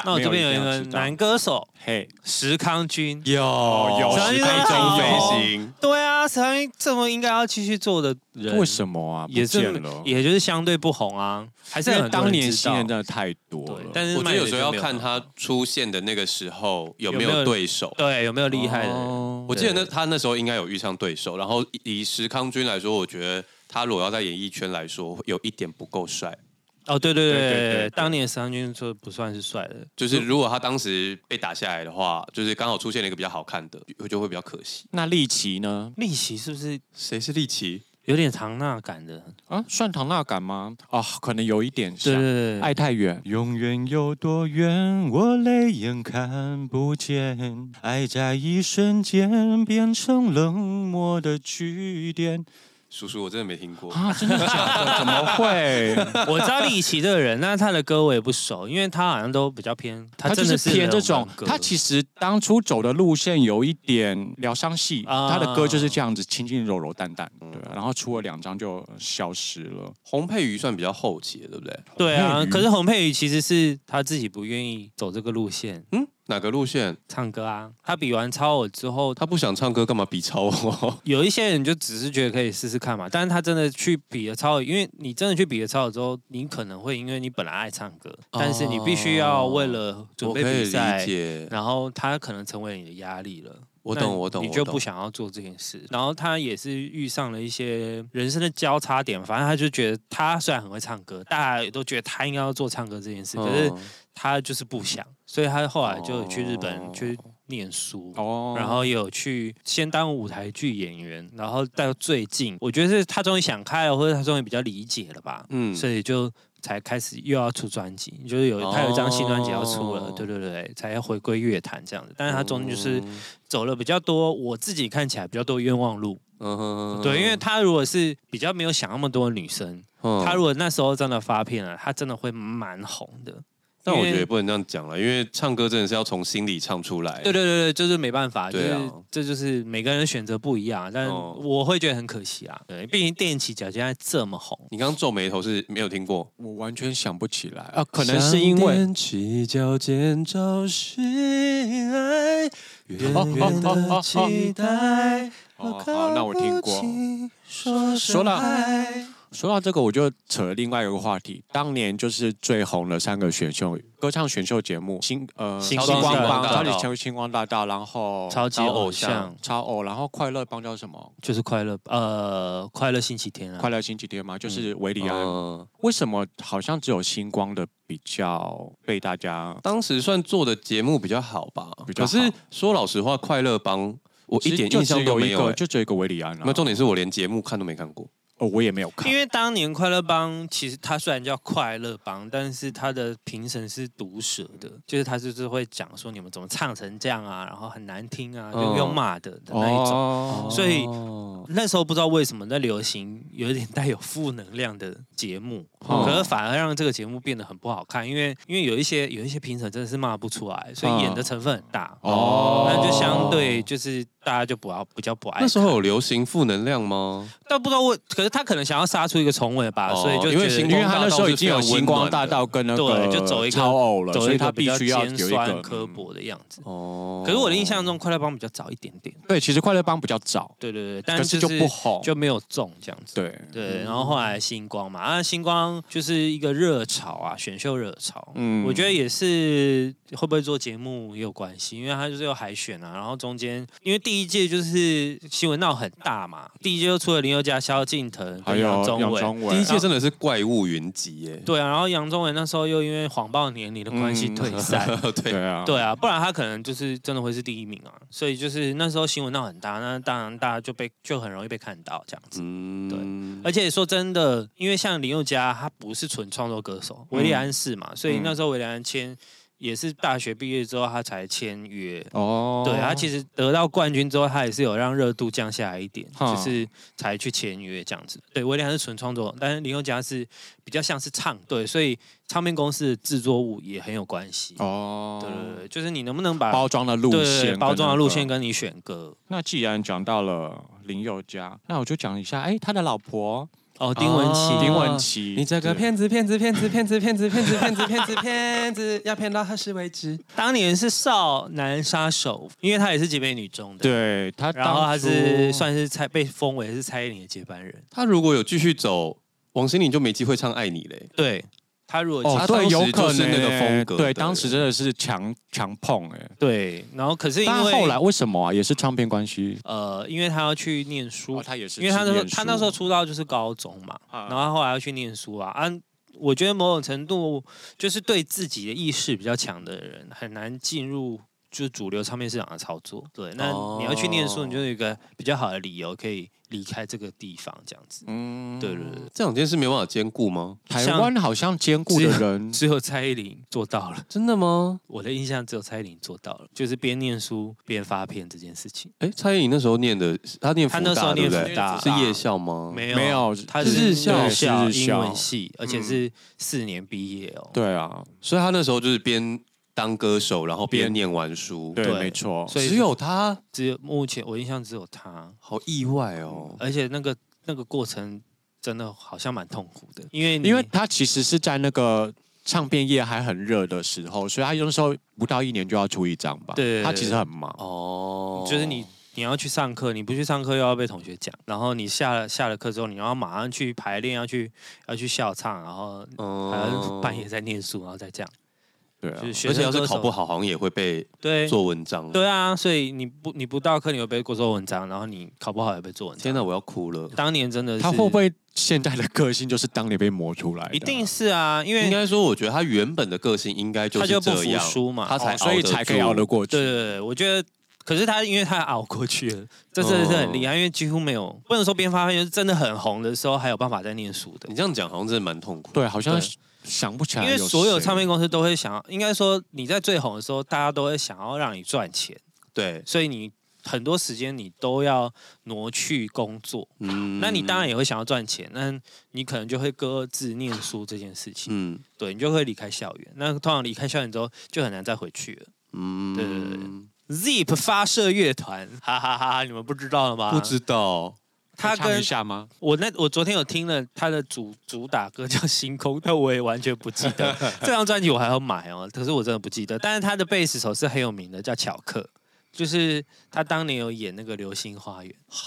[SPEAKER 1] 那我这边有一
[SPEAKER 3] 啊没有
[SPEAKER 1] 个
[SPEAKER 3] 一定要知道
[SPEAKER 1] 男歌手
[SPEAKER 3] 嘿，
[SPEAKER 1] 石康君，
[SPEAKER 3] 有哦有
[SPEAKER 1] 张
[SPEAKER 3] 时
[SPEAKER 1] 学友
[SPEAKER 3] 代
[SPEAKER 1] 啊
[SPEAKER 3] 中
[SPEAKER 2] 飞行，
[SPEAKER 1] 对啊，石康君这么应该要继续做的人，
[SPEAKER 3] 有，为什么啊？
[SPEAKER 1] 也
[SPEAKER 3] 不见
[SPEAKER 1] 是
[SPEAKER 3] 了，
[SPEAKER 1] 也就是相对不红啊，还是
[SPEAKER 3] 因为
[SPEAKER 1] 很多人
[SPEAKER 3] 当年
[SPEAKER 1] 知
[SPEAKER 3] 新人
[SPEAKER 1] 道
[SPEAKER 3] 真的太多
[SPEAKER 1] 对
[SPEAKER 3] 了，，
[SPEAKER 1] 但是
[SPEAKER 2] 我觉得有时候要
[SPEAKER 1] 卖的就没
[SPEAKER 2] 看他出现的那个时候有没
[SPEAKER 1] 有没有
[SPEAKER 2] 有对手。
[SPEAKER 1] 对有没有厉害的人。
[SPEAKER 3] 哦
[SPEAKER 2] 我记得那他那时候应该有遇上对手，然后以石康君来说，我觉得他如果要在演艺圈来说，有一点不够帅。
[SPEAKER 1] 哦，对对对
[SPEAKER 3] 对对
[SPEAKER 1] 对
[SPEAKER 3] 对
[SPEAKER 1] 对，
[SPEAKER 3] 对
[SPEAKER 1] 当年石康君说不算是帅的，
[SPEAKER 2] 就是如果他当时被打下来的话，就是刚好出现了一个比较好看的，我就会比较可惜。
[SPEAKER 3] 那丽奇呢？
[SPEAKER 1] 逆袭是不是
[SPEAKER 2] 谁是利奇？
[SPEAKER 1] 有点唐纳感的？
[SPEAKER 3] 啊，算唐纳感吗？啊，可能有一点
[SPEAKER 1] 对
[SPEAKER 3] 像。哎
[SPEAKER 1] 对对，
[SPEAKER 3] 爱太远，永远有多远？我泪眼看不见。爱在一瞬间变成冷漠的句点。
[SPEAKER 2] 叔叔，我真的没听过。
[SPEAKER 3] 啊，真的假的？怎么会？
[SPEAKER 1] 我知道李琦这个人，但是他的歌我也不熟，因为他好像都比较 偏，
[SPEAKER 3] 他就
[SPEAKER 1] 真
[SPEAKER 3] 是
[SPEAKER 1] 的
[SPEAKER 3] 偏这种
[SPEAKER 1] 那，歌
[SPEAKER 3] 他其实当初走的路线有一点疗伤系，
[SPEAKER 1] 啊
[SPEAKER 3] 他的歌就是这样子，清清柔柔淡淡，对啊。然后出了两张就消失了，
[SPEAKER 2] 洪佩瑜算比较后期的，对不对？
[SPEAKER 1] 对啊，
[SPEAKER 3] 洪佩瑜
[SPEAKER 1] 可是洪佩瑜其实是他自己不愿意走这个路线
[SPEAKER 2] 嗯，哪个路线？
[SPEAKER 1] 唱歌啊，他比完超我之后，
[SPEAKER 2] 他不想唱歌，干嘛比超我？
[SPEAKER 1] 有一些人就只是觉得可以试试看嘛，但是他真的去比了超偶，因为你真的去比了超偶之后，你可能会因为你本来爱唱歌，
[SPEAKER 3] 哦
[SPEAKER 1] 但是你必须要为了准
[SPEAKER 2] 我
[SPEAKER 1] 备
[SPEAKER 2] 可以
[SPEAKER 1] 比
[SPEAKER 2] 理
[SPEAKER 1] 赛，
[SPEAKER 2] 解，
[SPEAKER 1] 然后他可能成为你的压力了。
[SPEAKER 2] 我
[SPEAKER 1] 那
[SPEAKER 2] 懂，我懂，
[SPEAKER 1] 你
[SPEAKER 2] 我
[SPEAKER 1] 就
[SPEAKER 2] 懂
[SPEAKER 1] 不想要做这件事。然后他也是遇上了一些人生的交叉点，反正他就觉得他虽然很会唱歌，大家也都觉得他应该要做唱歌这件事，可是
[SPEAKER 2] 嗯
[SPEAKER 1] 他就是不想，所以他后来就去日本
[SPEAKER 2] 哦
[SPEAKER 1] 去念书。
[SPEAKER 3] 哦
[SPEAKER 1] 然后也有去先当舞台剧演员，然后到最近，我觉得是他终于想开了，或者他终于比较理解了吧，
[SPEAKER 2] 嗯
[SPEAKER 1] 所以就才开始又要出专辑，就是有他有一张新专辑要出了，
[SPEAKER 2] 哦
[SPEAKER 1] 对对对，才要回归乐坛这样子。但是他中间就是走了比较多，我自己看起来比较多冤枉路。
[SPEAKER 2] 嗯哼
[SPEAKER 1] 对，因为他如果是比较没有想那么多的女生，
[SPEAKER 2] 嗯
[SPEAKER 1] 他如果那时候真的发片了，他真的会蛮红的。
[SPEAKER 2] 但我
[SPEAKER 1] 因为
[SPEAKER 2] 觉得也不能这样讲了，因为唱歌真的是要从心里唱出
[SPEAKER 3] 哎
[SPEAKER 2] 来。
[SPEAKER 1] 对对对对，就是没办法，就是、
[SPEAKER 2] 对啊
[SPEAKER 1] 这就是每个人的选择不一样，但
[SPEAKER 2] 哦
[SPEAKER 1] 我会觉得很可惜啊。对，毕竟踮起脚尖在这么红，
[SPEAKER 2] 你刚刚皱眉头是没有听过，
[SPEAKER 3] 我完全想不起来啊，可能是因
[SPEAKER 2] 想
[SPEAKER 3] 为
[SPEAKER 2] 踮起脚尖找寻爱，远远的期待。
[SPEAKER 3] 哦，好，那我听过。
[SPEAKER 2] 说
[SPEAKER 3] 说到说到这个，我就扯了另外一个话题。当年就是最红的三个选秀歌唱选秀节目，星呃
[SPEAKER 1] 星
[SPEAKER 3] 超级
[SPEAKER 1] 光
[SPEAKER 3] 星
[SPEAKER 1] 大
[SPEAKER 3] 光
[SPEAKER 2] 道
[SPEAKER 3] 超级超级星光大道，然后
[SPEAKER 1] 超级
[SPEAKER 2] 超
[SPEAKER 1] 偶
[SPEAKER 2] 偶像
[SPEAKER 1] 像
[SPEAKER 3] 超偶，然后快乐帮叫什么？
[SPEAKER 1] 就是快乐呃快乐星期天啊，
[SPEAKER 3] 快乐星期天嘛，就是维里安。
[SPEAKER 2] 嗯，
[SPEAKER 3] 为什么好像只有星光的比较被大家？
[SPEAKER 2] 当时算做的节目比较好吧，
[SPEAKER 3] 比较好
[SPEAKER 2] 可是说老实话，快乐帮我一点
[SPEAKER 3] 就
[SPEAKER 2] 印
[SPEAKER 3] 只
[SPEAKER 2] 象都
[SPEAKER 3] 有
[SPEAKER 2] 没
[SPEAKER 3] 一
[SPEAKER 2] 有、
[SPEAKER 3] 个，
[SPEAKER 2] 欸。
[SPEAKER 3] 就只有一个啊维里安了、
[SPEAKER 2] 那重点是我连节目看都没看过。
[SPEAKER 3] 哦，我也没有看
[SPEAKER 1] 因。为当年快乐帮其实它虽然叫快乐帮，但是它的评审是毒舌的，就是他就是会讲说你们怎么唱成这样啊，然后很难听啊，就
[SPEAKER 2] 嗯
[SPEAKER 1] 用骂的的那一种。
[SPEAKER 3] 哦
[SPEAKER 1] 所以
[SPEAKER 2] 哦
[SPEAKER 1] 那时候不知道为什么在流行有一点带有负能量的节目，
[SPEAKER 3] 哦
[SPEAKER 1] 可是反而让这个节目变得很不好看，因为因为有一些有一些评审真的是骂不出来，所以演的成分很大，
[SPEAKER 3] 哦
[SPEAKER 1] 那就相对就是大家就不要比较不爱看。
[SPEAKER 2] 那时候有流行负能量吗？
[SPEAKER 1] 但不知道为，可是他可能想要杀出一个重围吧，
[SPEAKER 2] 哦
[SPEAKER 1] 所以就
[SPEAKER 2] 因为
[SPEAKER 1] 觉得
[SPEAKER 2] 星
[SPEAKER 3] 因为他那时候已经有星光大道跟那个
[SPEAKER 1] 对就走一个
[SPEAKER 3] 超偶了，
[SPEAKER 1] 走
[SPEAKER 3] 所
[SPEAKER 1] 一
[SPEAKER 3] 以
[SPEAKER 1] 个
[SPEAKER 3] 他
[SPEAKER 1] 比
[SPEAKER 3] 必
[SPEAKER 1] 较
[SPEAKER 3] 须要有
[SPEAKER 1] 尖
[SPEAKER 3] 一
[SPEAKER 1] 酸
[SPEAKER 3] 个嗯
[SPEAKER 1] 刻薄的样子。
[SPEAKER 2] 哦
[SPEAKER 1] 可是我的印象中，快乐帮比较早一点点。
[SPEAKER 3] 对，其实快乐帮比较早，
[SPEAKER 1] 对对对，但
[SPEAKER 3] 可是就不红，
[SPEAKER 1] 就没有中这样子。
[SPEAKER 3] 对，
[SPEAKER 1] 对，然后后来星光嘛，啊，星光就是一个热潮啊，选秀热潮。
[SPEAKER 3] 嗯
[SPEAKER 1] 我觉得也是会不会做节目也有关系，因为他就是有海选啊，然后中间因为第一届就是新闻闹很大嘛，第一届就出了林宥嘉、萧敬腾、
[SPEAKER 3] 还
[SPEAKER 1] 跟
[SPEAKER 3] 有
[SPEAKER 1] 杨宗
[SPEAKER 3] 杨
[SPEAKER 1] 纬。
[SPEAKER 3] 宗纬，
[SPEAKER 2] 第一届真的是怪物云集耶，
[SPEAKER 1] 对啊，然后杨宗纬那时候又因为谎报年龄的关系
[SPEAKER 3] 嗯
[SPEAKER 1] 退赛，
[SPEAKER 2] 对，
[SPEAKER 3] 对啊，
[SPEAKER 1] 对啊，不然他可能就是真的会是第一名啊。所以就是那时候新闻闹很大，那当然大家就被就很容易被看到这样子。
[SPEAKER 2] 嗯，
[SPEAKER 1] 而且说真的，因为像林宥嘉，他不是纯创作歌手，
[SPEAKER 3] 嗯
[SPEAKER 1] 维利安是嘛，所以那时候维利安签也是大学毕业之后他才签约。
[SPEAKER 3] 哦，
[SPEAKER 1] 对他其实得到冠军之后，他也是有让热度降下来一点，
[SPEAKER 3] 哈
[SPEAKER 1] 就是才去签约这样子。对，威廉是纯创作，但是林宥嘉是比较像是唱对，所以唱片公司的制作物也很有关系。
[SPEAKER 3] 哦，
[SPEAKER 1] 对对对，就是你能不能把
[SPEAKER 3] 包装的路
[SPEAKER 1] 对
[SPEAKER 3] 线，
[SPEAKER 1] 包装的路线。跟你选歌
[SPEAKER 3] 那既然讲到了林宥嘉，那我就讲一下，哎，他的老婆
[SPEAKER 1] 哦，丁文琪，
[SPEAKER 2] 哦
[SPEAKER 3] 林文琪，对
[SPEAKER 2] 子，骗子，骗子，骗子，骗子，骗子，骗子，骗子，骗子，要骗到何时为止？
[SPEAKER 1] 当年是少男杀手，因为他也是姐妹女中的。。
[SPEAKER 3] 对他当初，
[SPEAKER 1] 然后他是算是蔡被封为是蔡依林的接班人，
[SPEAKER 2] 他如果有继续走，王心凌就没机会唱《爱你》嘞。
[SPEAKER 1] 对他如果、
[SPEAKER 3] 哦，
[SPEAKER 2] 他
[SPEAKER 3] 对，
[SPEAKER 2] 当时
[SPEAKER 3] 有可
[SPEAKER 2] 就
[SPEAKER 3] 能欸
[SPEAKER 2] 是那个风格
[SPEAKER 3] 对，
[SPEAKER 2] 的
[SPEAKER 3] 当时真的是强强碰哎，
[SPEAKER 1] 对，然后可是因
[SPEAKER 3] 但
[SPEAKER 1] 为
[SPEAKER 3] 后来为什么啊？也是唱片关系，
[SPEAKER 1] 呃，因为他要去念书，
[SPEAKER 3] 哦他也是
[SPEAKER 1] 因为哦他那时候
[SPEAKER 3] 念书
[SPEAKER 1] 他那时候出道就是高中嘛，
[SPEAKER 3] 啊
[SPEAKER 1] 然后他后来要去念书啊，啊，我觉得某种程度就是对自己的意识比较强的人很难进入。就是主流唱片市场的操作，对，那
[SPEAKER 2] 哦
[SPEAKER 1] 你要去念书，你就有一个比较好的理由可以离开这个地方，这样子。
[SPEAKER 3] 嗯，
[SPEAKER 1] 对对对，
[SPEAKER 2] 这两件事没办法兼顾吗？
[SPEAKER 3] 台湾好像兼顾的人
[SPEAKER 1] 只有蔡依林做到了，
[SPEAKER 2] 真的吗？
[SPEAKER 1] 我的印象只有蔡依林做到了，就是边念书边发片这件事情。
[SPEAKER 2] 哎，蔡依林那时候念的，她念福
[SPEAKER 1] 她那时
[SPEAKER 2] 大
[SPEAKER 1] 候
[SPEAKER 2] 对
[SPEAKER 1] 念
[SPEAKER 2] 不
[SPEAKER 1] 福
[SPEAKER 2] 对？
[SPEAKER 1] 大，
[SPEAKER 2] 是夜校吗？
[SPEAKER 1] 没有
[SPEAKER 3] 没有，
[SPEAKER 1] 他
[SPEAKER 2] 嗯是
[SPEAKER 1] 是
[SPEAKER 2] 日校
[SPEAKER 1] 日校
[SPEAKER 3] 是日
[SPEAKER 1] 英
[SPEAKER 3] 校
[SPEAKER 1] 文系，而且是四年毕业哦。
[SPEAKER 3] 对啊，
[SPEAKER 2] 所以她那时候就是边当歌手，然后边念完书。
[SPEAKER 3] 对，
[SPEAKER 1] 对
[SPEAKER 3] 没错，
[SPEAKER 1] 所以
[SPEAKER 2] 只有她，
[SPEAKER 1] 只有目前我印象只有他，
[SPEAKER 2] 好意外哦。
[SPEAKER 1] 而且那个那个过程真的好像蛮痛苦的，因为你
[SPEAKER 3] 因为他其实是在那个唱片业还很热的时候，所以他有的时候不到一年就要出一张吧。
[SPEAKER 1] 对
[SPEAKER 3] 他其实很忙。
[SPEAKER 2] 哦
[SPEAKER 1] 就是你。你要去上课，你不去上课又要被同学讲，然后你下了下了课之后，你要马上去排练，要去要去校唱，然后还要
[SPEAKER 2] 哦
[SPEAKER 1] 半夜在念书，然后再这样。
[SPEAKER 3] 对啊
[SPEAKER 1] 就，是学
[SPEAKER 2] 而且要
[SPEAKER 1] 生
[SPEAKER 2] 是
[SPEAKER 1] 歌
[SPEAKER 2] 考
[SPEAKER 1] 手
[SPEAKER 2] 不好，好像也会被
[SPEAKER 1] 对
[SPEAKER 2] 做文章。
[SPEAKER 1] 对啊，所以你不你不到课，你会被做文章，然后你考不好也被做文章。
[SPEAKER 2] 天哪，我要哭了。
[SPEAKER 1] 当年真的是
[SPEAKER 3] 他会不会现在的个性就是当年被磨出来的？
[SPEAKER 1] 一定是啊，因为
[SPEAKER 2] 应该说，我觉得他原本的个性应该就是
[SPEAKER 1] 他就不
[SPEAKER 2] 这
[SPEAKER 1] 服
[SPEAKER 2] 样，
[SPEAKER 1] 输嘛
[SPEAKER 2] 他才
[SPEAKER 3] 哦，所以才可以熬得
[SPEAKER 2] 住。
[SPEAKER 3] 过去。
[SPEAKER 1] 对对对，我觉得，可是他因为他熬过去了， 这真的是很厉害，因为几乎没有不能说边发片，就是真的很红的时候还有办法在念书的
[SPEAKER 2] 你，这样讲好像真的蛮痛苦。
[SPEAKER 3] 对好像
[SPEAKER 1] 对啊
[SPEAKER 3] 想不起来。
[SPEAKER 1] 因为所有唱片，公司都会想要，应该说你在最红的时候，大家都会想要让你赚钱，
[SPEAKER 2] 对，
[SPEAKER 1] 所以你很多时间你都要挪去工作，
[SPEAKER 2] 嗯
[SPEAKER 1] 那你当然也会想要赚钱，那你可能就会搁置念书这件事情，
[SPEAKER 2] 嗯
[SPEAKER 1] 对你就会离开校园，那通常离开校园之后就很难再回去了。
[SPEAKER 2] 嗯，
[SPEAKER 1] 对对对 Zip 发射乐团，哈哈哈哈！你们不知道了吗？
[SPEAKER 2] 不知道。
[SPEAKER 1] 他
[SPEAKER 3] 唱
[SPEAKER 1] 跟
[SPEAKER 3] 一下吗？
[SPEAKER 1] 我那我昨天有听了他的主主打歌叫《星空》，但我也完全不记 得这张专辑我还要买哦，可是我真的不记得。但是他的贝斯手是很有名的，叫巧克，就是他当年有演那个《流星花园》，啊
[SPEAKER 3] 啊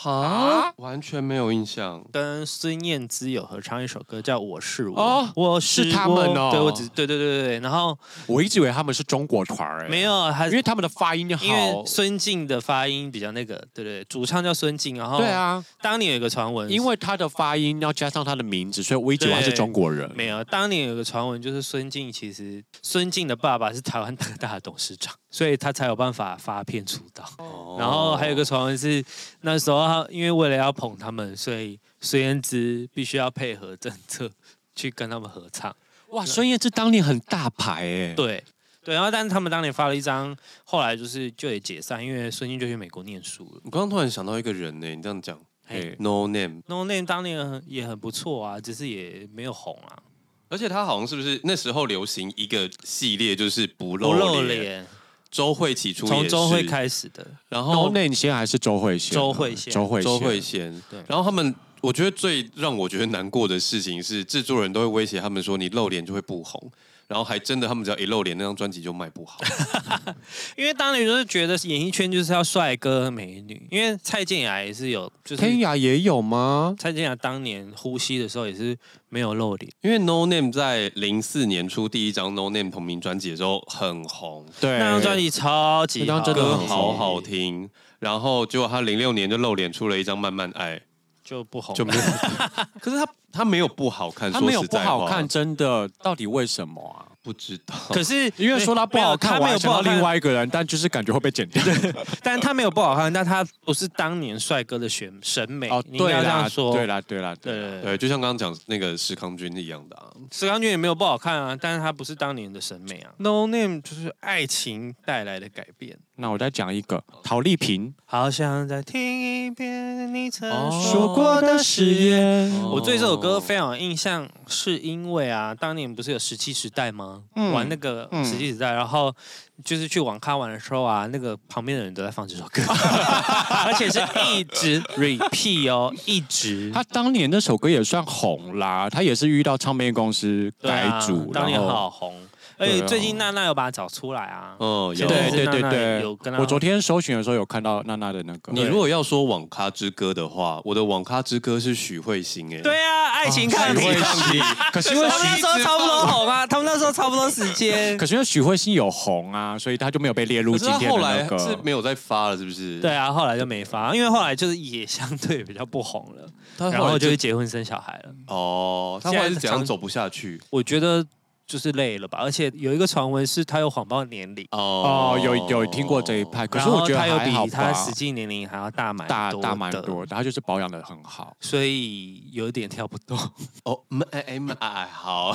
[SPEAKER 2] 哈，完全没有印象。
[SPEAKER 1] 跟孙燕姿有合唱一首歌叫《我是我》，
[SPEAKER 3] 哦
[SPEAKER 1] 我是
[SPEAKER 3] 是他们哦
[SPEAKER 1] 我对我只对对对对对，然后
[SPEAKER 3] 我一直以为他们是中国团儿，哎
[SPEAKER 1] 没，有还
[SPEAKER 3] 因为他们的发音
[SPEAKER 1] 因为
[SPEAKER 3] 好。
[SPEAKER 1] 孙静的发音比较那个，对对，对主唱叫孙静，然后
[SPEAKER 3] 对，啊，
[SPEAKER 1] 当年有一个传闻，
[SPEAKER 3] 因为他的发音要加上他的名字，所以我一直以为他是
[SPEAKER 1] 哦对
[SPEAKER 3] 中国人。
[SPEAKER 1] 没有，当年有个传闻，就是孙静其实孙静的爸爸是台湾大哥大的董事长，所以他才有办法发片出道。哦
[SPEAKER 3] 哦
[SPEAKER 1] 然后还有一
[SPEAKER 2] 哦
[SPEAKER 1] 个传闻是，那时候他因为为了要捧他们，所以孙燕姿必须要配合政策去跟他们合唱。
[SPEAKER 3] 哇，孙燕姿当年很大牌哎。
[SPEAKER 1] 对对，然后但是他们当年发了一张，后来就是就也解散，因为孙静就去美国念书了。
[SPEAKER 2] 我刚刚突然想到一个人呢，你这样讲
[SPEAKER 3] 嘿，
[SPEAKER 2] ，No Name，
[SPEAKER 1] No Name 当年很也很不错啊，只是也没有红啊，
[SPEAKER 2] 而且他好像是不是那时候流行一个系列，就是不
[SPEAKER 1] 不露
[SPEAKER 2] 露脸。
[SPEAKER 1] 脸，
[SPEAKER 2] 周慧起初也
[SPEAKER 1] 从
[SPEAKER 2] 是
[SPEAKER 1] 中会，开始的。
[SPEAKER 2] 然
[SPEAKER 3] No
[SPEAKER 2] 后
[SPEAKER 3] Name 先还是周慧娴啊？
[SPEAKER 1] 周慧娴
[SPEAKER 3] 周慧
[SPEAKER 2] 周慧
[SPEAKER 3] 娴。
[SPEAKER 2] 娴
[SPEAKER 1] 对，
[SPEAKER 2] 然后他们。我觉得最让我觉得难过的事情是，制作人都会威胁他们说：“你露脸就会不红。”然后还真的他们只要一露脸，那张专辑就卖不好。
[SPEAKER 1] 因为当年就是觉得演艺圈就是要帅哥美女，因为蔡健雅也是有，就是
[SPEAKER 3] 天涯也有吗？
[SPEAKER 1] 蔡健雅当年呼吸的时候也是没有露脸。
[SPEAKER 2] 因为 No Name 在零四年出第一张 No Name 同名专辑的时候很红，
[SPEAKER 3] 对，
[SPEAKER 1] 那张专辑超级
[SPEAKER 3] 那张
[SPEAKER 1] 好
[SPEAKER 3] 真的
[SPEAKER 2] 歌
[SPEAKER 3] 很红
[SPEAKER 2] 好好，听。然后结果他零六年就露脸出了一张《慢慢爱
[SPEAKER 1] 就不红》，
[SPEAKER 2] 就没有。可是他他没有不好看，
[SPEAKER 3] 它
[SPEAKER 2] 说
[SPEAKER 3] 没有
[SPEAKER 2] 实
[SPEAKER 3] 不
[SPEAKER 2] 在
[SPEAKER 3] 好
[SPEAKER 2] 话
[SPEAKER 3] 看，，真的，到底为什么啊？
[SPEAKER 2] 不知道。
[SPEAKER 1] 可是
[SPEAKER 3] 因为说他不好看，
[SPEAKER 1] 没有他没
[SPEAKER 3] 我还
[SPEAKER 1] 有不
[SPEAKER 3] 想到
[SPEAKER 1] 好看
[SPEAKER 3] 另，外一个人，但就是感觉会被剪掉。
[SPEAKER 1] 但他没有不好看，但他不是当年帅哥的选审美。
[SPEAKER 3] 哦，
[SPEAKER 1] 哎你应
[SPEAKER 3] 对
[SPEAKER 1] 该这样
[SPEAKER 3] 啦，
[SPEAKER 1] 说。
[SPEAKER 3] 对啦，对啦，对啦。
[SPEAKER 1] 对对，
[SPEAKER 2] 对，就像刚刚讲那个石康君一样的、啊，
[SPEAKER 1] 石刚君也没有不好看啊，但是他不是当年的审美啊。No Name 就是爱情带来的改变。
[SPEAKER 3] 那我再讲一个陶丽萍
[SPEAKER 1] 好想再听一遍你曾
[SPEAKER 2] 哦
[SPEAKER 1] 说过的誓言。
[SPEAKER 2] 哦
[SPEAKER 1] 我对这首歌非常有印象，是因为啊，当年不是有石器时代吗？
[SPEAKER 3] 嗯
[SPEAKER 1] 玩那个石器时代，然后就是去网咖玩的时候啊，那个旁边的人都在放这首歌， 而且是一 直 repeat 哦，一直。
[SPEAKER 3] 她当年那首歌也算红啦，她也是遇到唱片公司
[SPEAKER 1] 对
[SPEAKER 3] 改
[SPEAKER 1] 啊
[SPEAKER 3] 组，
[SPEAKER 1] 当年
[SPEAKER 3] 然后
[SPEAKER 1] 好红，而
[SPEAKER 3] 对啊
[SPEAKER 1] 且最近娜娜有把它找出来啊。
[SPEAKER 2] 嗯，有
[SPEAKER 1] 现在
[SPEAKER 3] 对
[SPEAKER 1] 是
[SPEAKER 3] 对
[SPEAKER 1] 娜
[SPEAKER 3] 对
[SPEAKER 1] 娜有跟
[SPEAKER 3] 对，
[SPEAKER 1] 她
[SPEAKER 3] 我昨天搜寻的时候有看到娜娜的那个，
[SPEAKER 2] 你如果要说网咖之歌的话，我的网咖之歌是许慧欣哎、
[SPEAKER 1] 对啊，爱情抗体，
[SPEAKER 2] 欣，
[SPEAKER 3] 可是
[SPEAKER 1] 他
[SPEAKER 3] 因为
[SPEAKER 1] 们
[SPEAKER 3] 许
[SPEAKER 1] 那时候差不多红啊，他们那时候差不多时间。
[SPEAKER 3] 可是因为许慧欣有红啊，所以她就没有被列入
[SPEAKER 2] 可是
[SPEAKER 3] 今
[SPEAKER 2] 他
[SPEAKER 3] 天
[SPEAKER 2] 后
[SPEAKER 3] 的那
[SPEAKER 2] 来
[SPEAKER 3] 个。
[SPEAKER 2] 是没有再发了，是不是？
[SPEAKER 1] 对，啊，后来就没发，因为后来就是也相对比较不红了，
[SPEAKER 2] 他
[SPEAKER 1] 然
[SPEAKER 2] 后
[SPEAKER 1] 后
[SPEAKER 2] 来
[SPEAKER 1] 就
[SPEAKER 2] 就是
[SPEAKER 1] 结婚生小孩了。
[SPEAKER 2] 哦，他后来是怎样走不下去？
[SPEAKER 1] 我觉得就是累了吧，而且有一个传闻是他有谎报年龄，
[SPEAKER 3] 哦，有有听过这一派，可是我觉得
[SPEAKER 1] 然后他
[SPEAKER 3] 还
[SPEAKER 1] 有
[SPEAKER 3] 好
[SPEAKER 1] 比他
[SPEAKER 3] 吧，
[SPEAKER 1] 实际年龄还要大蛮
[SPEAKER 3] 大
[SPEAKER 1] 多
[SPEAKER 3] 大蛮
[SPEAKER 1] 的
[SPEAKER 3] 多，的，她就是保养的很好。
[SPEAKER 1] 所以有点跳不动。
[SPEAKER 2] 哦，嗯哎哎嗯哎哎 好，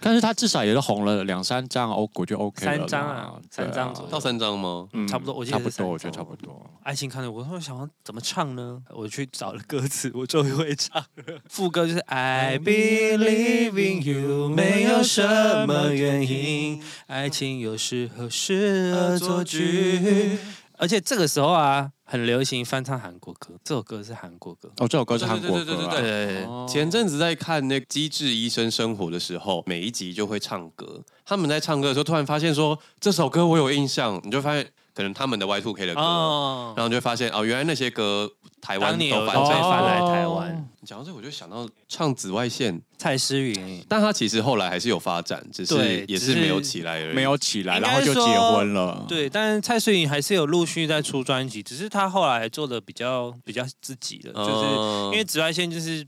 [SPEAKER 3] 但是他至少也是红了两三张，哦，我就 OK 了啦。
[SPEAKER 1] 三张啊
[SPEAKER 3] 对
[SPEAKER 1] 三张左右
[SPEAKER 2] 到三张吗？
[SPEAKER 3] 嗯
[SPEAKER 1] 差不多我记得
[SPEAKER 3] 差
[SPEAKER 1] 是
[SPEAKER 3] 不
[SPEAKER 1] 三
[SPEAKER 3] 多，
[SPEAKER 1] 张
[SPEAKER 3] 我觉得差不多。
[SPEAKER 1] 爱情抗力，我说想要怎么唱呢？我去找了歌词，我终于会唱了。副歌就是 I believe in you，没有什么原因，爱情有时候适合做剧。而且这个时候啊，很流行翻唱韩国歌，这首歌是韩国歌。
[SPEAKER 3] 哦，这首歌是韩国歌、啊，
[SPEAKER 2] 对对对对对对
[SPEAKER 1] 对，
[SPEAKER 3] 哦
[SPEAKER 2] 前阵子在看那《机智医生生活》的时候，每一集就会唱歌。他们在唱歌的时候，突然发现说这首歌我有印象，你就发现可能他们的 Y Two K 的歌，
[SPEAKER 1] 哦
[SPEAKER 2] 然，后你就会发现哦，原来那些歌台湾
[SPEAKER 1] 当年有
[SPEAKER 2] 都
[SPEAKER 1] 被
[SPEAKER 2] 翻
[SPEAKER 3] 哦
[SPEAKER 2] 唱。
[SPEAKER 1] 翻来台湾，
[SPEAKER 2] 讲到这，我就想到唱《紫外线》，
[SPEAKER 1] 蔡诗芸。
[SPEAKER 2] 但他其实后来还是有发展，只是
[SPEAKER 1] 对
[SPEAKER 2] 也
[SPEAKER 1] 只
[SPEAKER 2] 是
[SPEAKER 1] 是
[SPEAKER 2] 没有起来而已。
[SPEAKER 3] 没有起来，
[SPEAKER 1] 应该
[SPEAKER 3] 然后就结婚了。，
[SPEAKER 1] 对，但是蔡诗芸还是有陆续在出专辑，只是她后来做的比较比较自己的，
[SPEAKER 2] 嗯，
[SPEAKER 1] 就是因为紫外线就是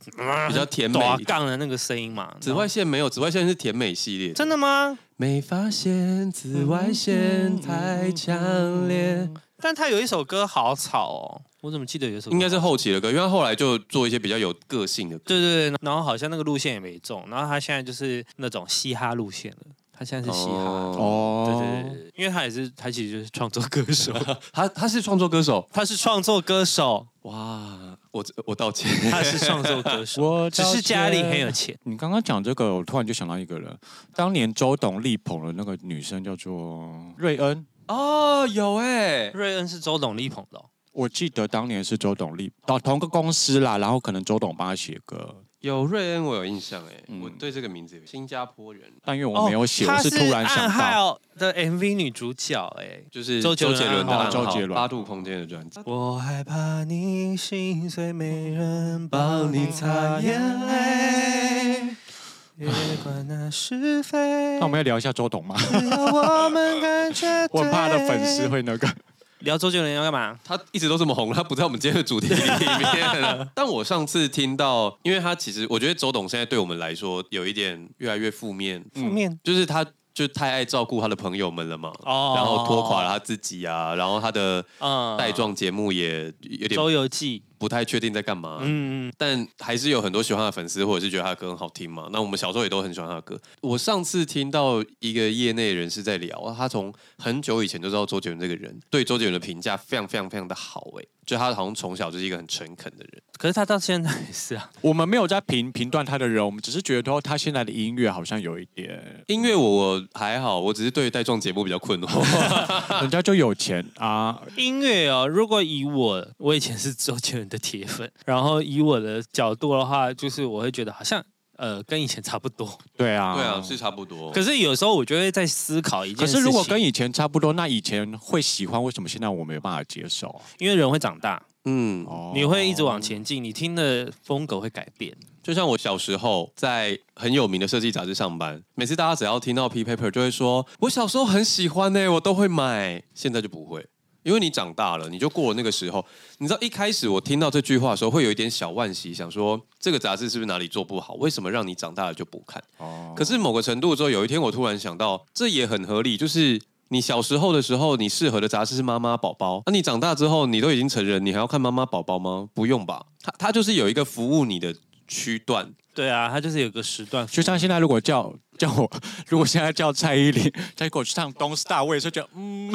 [SPEAKER 2] 比较甜美
[SPEAKER 1] 短
[SPEAKER 2] 一点。
[SPEAKER 1] 杠的那个声音嘛。
[SPEAKER 2] 紫外线没有，紫外线是甜美系列。
[SPEAKER 1] 真的吗？
[SPEAKER 2] 没发现紫外线太强烈，
[SPEAKER 1] 但他有一首歌好吵哦，我怎么记得有一首歌
[SPEAKER 2] 应该是后期的歌，因为他后来就做一些比较有个性的歌。
[SPEAKER 1] 对对对，然后好像那个路线也没中，然后他现在就是那种嘻哈路线了，他现在是嘻哈。
[SPEAKER 2] 哦
[SPEAKER 3] 哦，
[SPEAKER 1] 对对对对，因为他也是，他其实就是创作歌 手，
[SPEAKER 2] 他他是创作歌手，
[SPEAKER 1] 他是创作歌手，
[SPEAKER 2] 哇，我我道歉，
[SPEAKER 1] 他是创作歌手，
[SPEAKER 3] 我
[SPEAKER 1] 只是家里很有。钱。
[SPEAKER 3] 你刚刚讲这个，我突然就想到一个人，当年周董力捧的那个女生叫做瑞恩，
[SPEAKER 2] 哦，有哎、
[SPEAKER 1] 瑞恩是周董力捧的哦、
[SPEAKER 3] 我记得当年是周董力到同个公司啦，然后可能周董帮他写歌，
[SPEAKER 2] 有瑞恩，我有印象哎、
[SPEAKER 3] 嗯
[SPEAKER 2] 我对这个名字有新加坡人，
[SPEAKER 3] 但因为我没有写，
[SPEAKER 1] 她
[SPEAKER 3] 我是突然
[SPEAKER 1] 哦暗
[SPEAKER 3] 想到。
[SPEAKER 1] 号的 MV 女主角哎、
[SPEAKER 2] 就是
[SPEAKER 1] 周杰伦哦
[SPEAKER 2] 的暗号
[SPEAKER 3] 周杰伦
[SPEAKER 2] 八度空间的专辑。
[SPEAKER 1] 我害怕你心碎，没人
[SPEAKER 2] 帮你擦眼泪，
[SPEAKER 1] 别管那是非
[SPEAKER 3] 那我们要聊一下周 董吗？
[SPEAKER 1] 只要我们感觉
[SPEAKER 3] 我很怕他的粉丝。会那个。
[SPEAKER 1] 聊周杰伦要干嘛？
[SPEAKER 2] 他一直都这么红，他不在我们今天的主题里面了。但我上次听到，因为他其实我觉得周董现在对我们来说有一点越来越负面，
[SPEAKER 1] 负面
[SPEAKER 2] 就是他就太爱照顾他的朋友们了嘛，
[SPEAKER 1] 嗯哦
[SPEAKER 2] 然后拖垮了他自己啊，然后他的
[SPEAKER 1] 嗯
[SPEAKER 2] 带状节目也有点
[SPEAKER 1] 周游记，
[SPEAKER 2] 不太确定在干嘛。
[SPEAKER 1] 嗯，
[SPEAKER 2] 但还是有很多喜欢他的粉丝，或者是觉得他的歌很好听嘛。那我们小时候也都很喜欢他的歌。我上次听到一个业内人士在聊，他从很久以前就知道周杰伦这个人，对周杰伦的评价非常非常非常的好、欸，就他好像从小就是一个很诚恳的人。
[SPEAKER 1] 可是他到现在也是啊，
[SPEAKER 3] 我们没有在评评断他的人，我们只是觉得说他现在的音乐好像有一点，
[SPEAKER 2] 音乐我我还好，我只是对带状节目比较困惑。
[SPEAKER 3] 人家就有钱啊，
[SPEAKER 1] 音乐哦。如果以我，我以前是周杰伦的铁粉，然后以我的角度的话，就是我会觉得好像呃，跟以前差不多。
[SPEAKER 3] 对啊，
[SPEAKER 2] 对啊，是差不多。
[SPEAKER 1] 可是有时候我就会在思考一件
[SPEAKER 3] 可
[SPEAKER 1] 事
[SPEAKER 3] 是
[SPEAKER 1] 情，
[SPEAKER 3] 如果跟以前差不多，那以前会喜欢，为什么现在我没有办法接受啊？
[SPEAKER 1] 因为人会长大，
[SPEAKER 2] 嗯，
[SPEAKER 3] 哦
[SPEAKER 1] 你会一直往前进，你听的风格会改变。
[SPEAKER 2] 就像我小时候在很有名的设计杂志上班，每次大家只要听到 P paper 就会说，我小时候很喜欢呢、我都会买。现在就不会，因为你长大了，你就过了那个时候。你知道一开始我听到这句话的时候，会有一点小惋惜，想说这个杂志是不是哪里做不好？为什么让你长大了就不看？
[SPEAKER 3] 哦，
[SPEAKER 2] 可是某个程度之后，有一天我突然想到，这也很合理，就是。你小时候的时候，你适合的杂志是《妈妈宝宝》，那、你长大之后，你都已经成人，你还要看《妈妈宝宝》吗？不用吧，它它就是有一个服务你的区段，
[SPEAKER 1] 对啊，它就是有个时段，
[SPEAKER 3] 就像现在如果叫 叫我，如果现在叫蔡依林，再给我去唱《Don't Star》，我也是觉得嗯，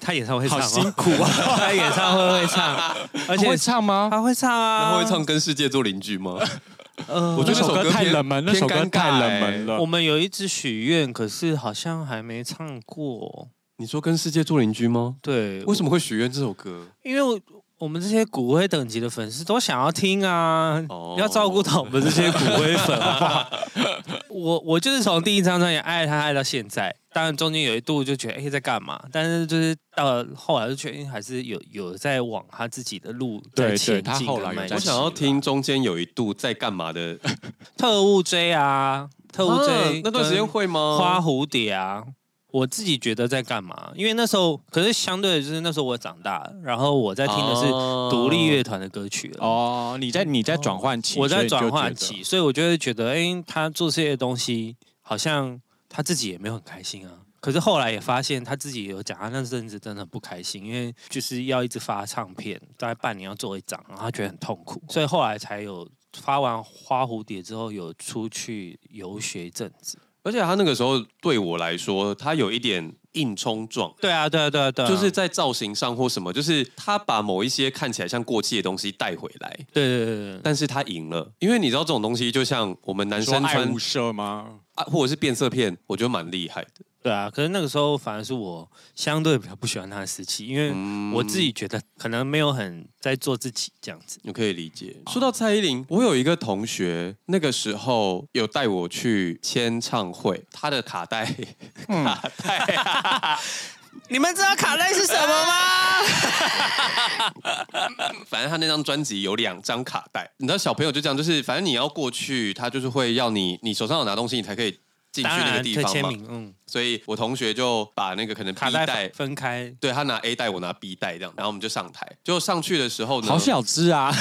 [SPEAKER 1] 他演唱会唱、
[SPEAKER 3] 好
[SPEAKER 1] 哦，
[SPEAKER 3] 辛苦啊。
[SPEAKER 1] 他演唱会会唱， 而且
[SPEAKER 3] 会唱吗？
[SPEAKER 1] 他会唱啊，
[SPEAKER 2] 然后会唱《跟世界做邻居》 吗？
[SPEAKER 1] 呃。
[SPEAKER 2] 我觉
[SPEAKER 3] 那
[SPEAKER 2] 得
[SPEAKER 3] 首歌太冷门，那
[SPEAKER 2] 偏
[SPEAKER 3] 首歌
[SPEAKER 2] 偏尴尬欸
[SPEAKER 3] 太冷门了。
[SPEAKER 1] 我们有一支许愿，可是好像还没唱过。
[SPEAKER 2] 你说《跟世界做邻居》吗？
[SPEAKER 1] 对，
[SPEAKER 2] 为什么会许愿这首歌？
[SPEAKER 1] 因为我我们这些骨灰等级的粉丝都想要听啊，
[SPEAKER 2] 哦
[SPEAKER 1] 要照顾到我们这些骨灰粉好不 好？我我就是从第一张专辑爱他爱到现在，当然中间有一度就觉得哎、在干嘛，但是就是到了后来就确定还是有有在往他自己的路在
[SPEAKER 3] 对
[SPEAKER 1] 前
[SPEAKER 3] 对他
[SPEAKER 1] 进
[SPEAKER 3] 后
[SPEAKER 1] 跟
[SPEAKER 3] 来有
[SPEAKER 1] 迈进。
[SPEAKER 3] 在
[SPEAKER 2] 我
[SPEAKER 3] 我
[SPEAKER 2] 想
[SPEAKER 3] 想
[SPEAKER 2] 要
[SPEAKER 3] 要
[SPEAKER 2] 听中间有一度在干嘛的
[SPEAKER 1] 啊特务追啊，特
[SPEAKER 3] 哦
[SPEAKER 1] 务追、
[SPEAKER 2] 啊那段时间会吗？
[SPEAKER 1] 花蝴蝶啊，我自己觉得在干嘛？因为那时候，可是相对的就是那时候我长大了，然后我在听的是
[SPEAKER 2] 哦
[SPEAKER 1] 独立乐团的歌曲了。
[SPEAKER 3] 哦，你在你在转换期，
[SPEAKER 1] 我在
[SPEAKER 3] 所以你就
[SPEAKER 1] 转换
[SPEAKER 3] 觉得
[SPEAKER 1] 期，所以我就会觉得，哎、他做这些东西好像他自己也没有很开心啊。可是后来也发现他自己有讲，他那阵子真的很不开心，因为就是要一直发唱片，大概半年要做一张，然后他觉得很痛苦，所以后来才有发完《花蝴蝶》之后有出去游学一阵子。
[SPEAKER 2] 而且他那个时候对我来说，他有一点硬冲撞。
[SPEAKER 1] 对啊，对啊，对啊，对啊，
[SPEAKER 2] 就是在造型上或什么，就是他把某一些看起来像过气的东西带回来，
[SPEAKER 1] 对对对对对，
[SPEAKER 2] 但是他赢了，因为你知道这种东西就像我们男
[SPEAKER 3] 说
[SPEAKER 2] 生
[SPEAKER 3] 爱
[SPEAKER 2] 穿
[SPEAKER 3] 无赦吗？
[SPEAKER 2] 啊，或者是变色片，我觉得蛮厉害的。
[SPEAKER 1] 对啊，可是那个时候反而是我相对比较不喜欢他的时期，因为
[SPEAKER 2] 嗯
[SPEAKER 1] 我自己觉得可能没有很在做自己这样子。
[SPEAKER 2] 我嗯可以理解。说到蔡依林，我有一个同学，那个时候有带我去签唱会，他的卡带，卡带、
[SPEAKER 1] 你们知道卡带是什么吗？
[SPEAKER 2] 反正他那张专辑有两张卡带。你知道小朋友就这样，就是反正你要过去，他就是会要你，你手上有拿东西，你才可以进去
[SPEAKER 1] 当
[SPEAKER 2] 那个
[SPEAKER 1] 然，
[SPEAKER 2] 地
[SPEAKER 1] 可以
[SPEAKER 2] 方
[SPEAKER 1] 签
[SPEAKER 2] 嘛。
[SPEAKER 1] 名，嗯，
[SPEAKER 2] 所以我同学就把那个可能 B
[SPEAKER 1] 卡带
[SPEAKER 2] 带。
[SPEAKER 1] 分开，
[SPEAKER 2] 对他拿 A 带，我拿 B 带，这样，然后我们就上台。就上去的时候呢，
[SPEAKER 3] 好小只啊！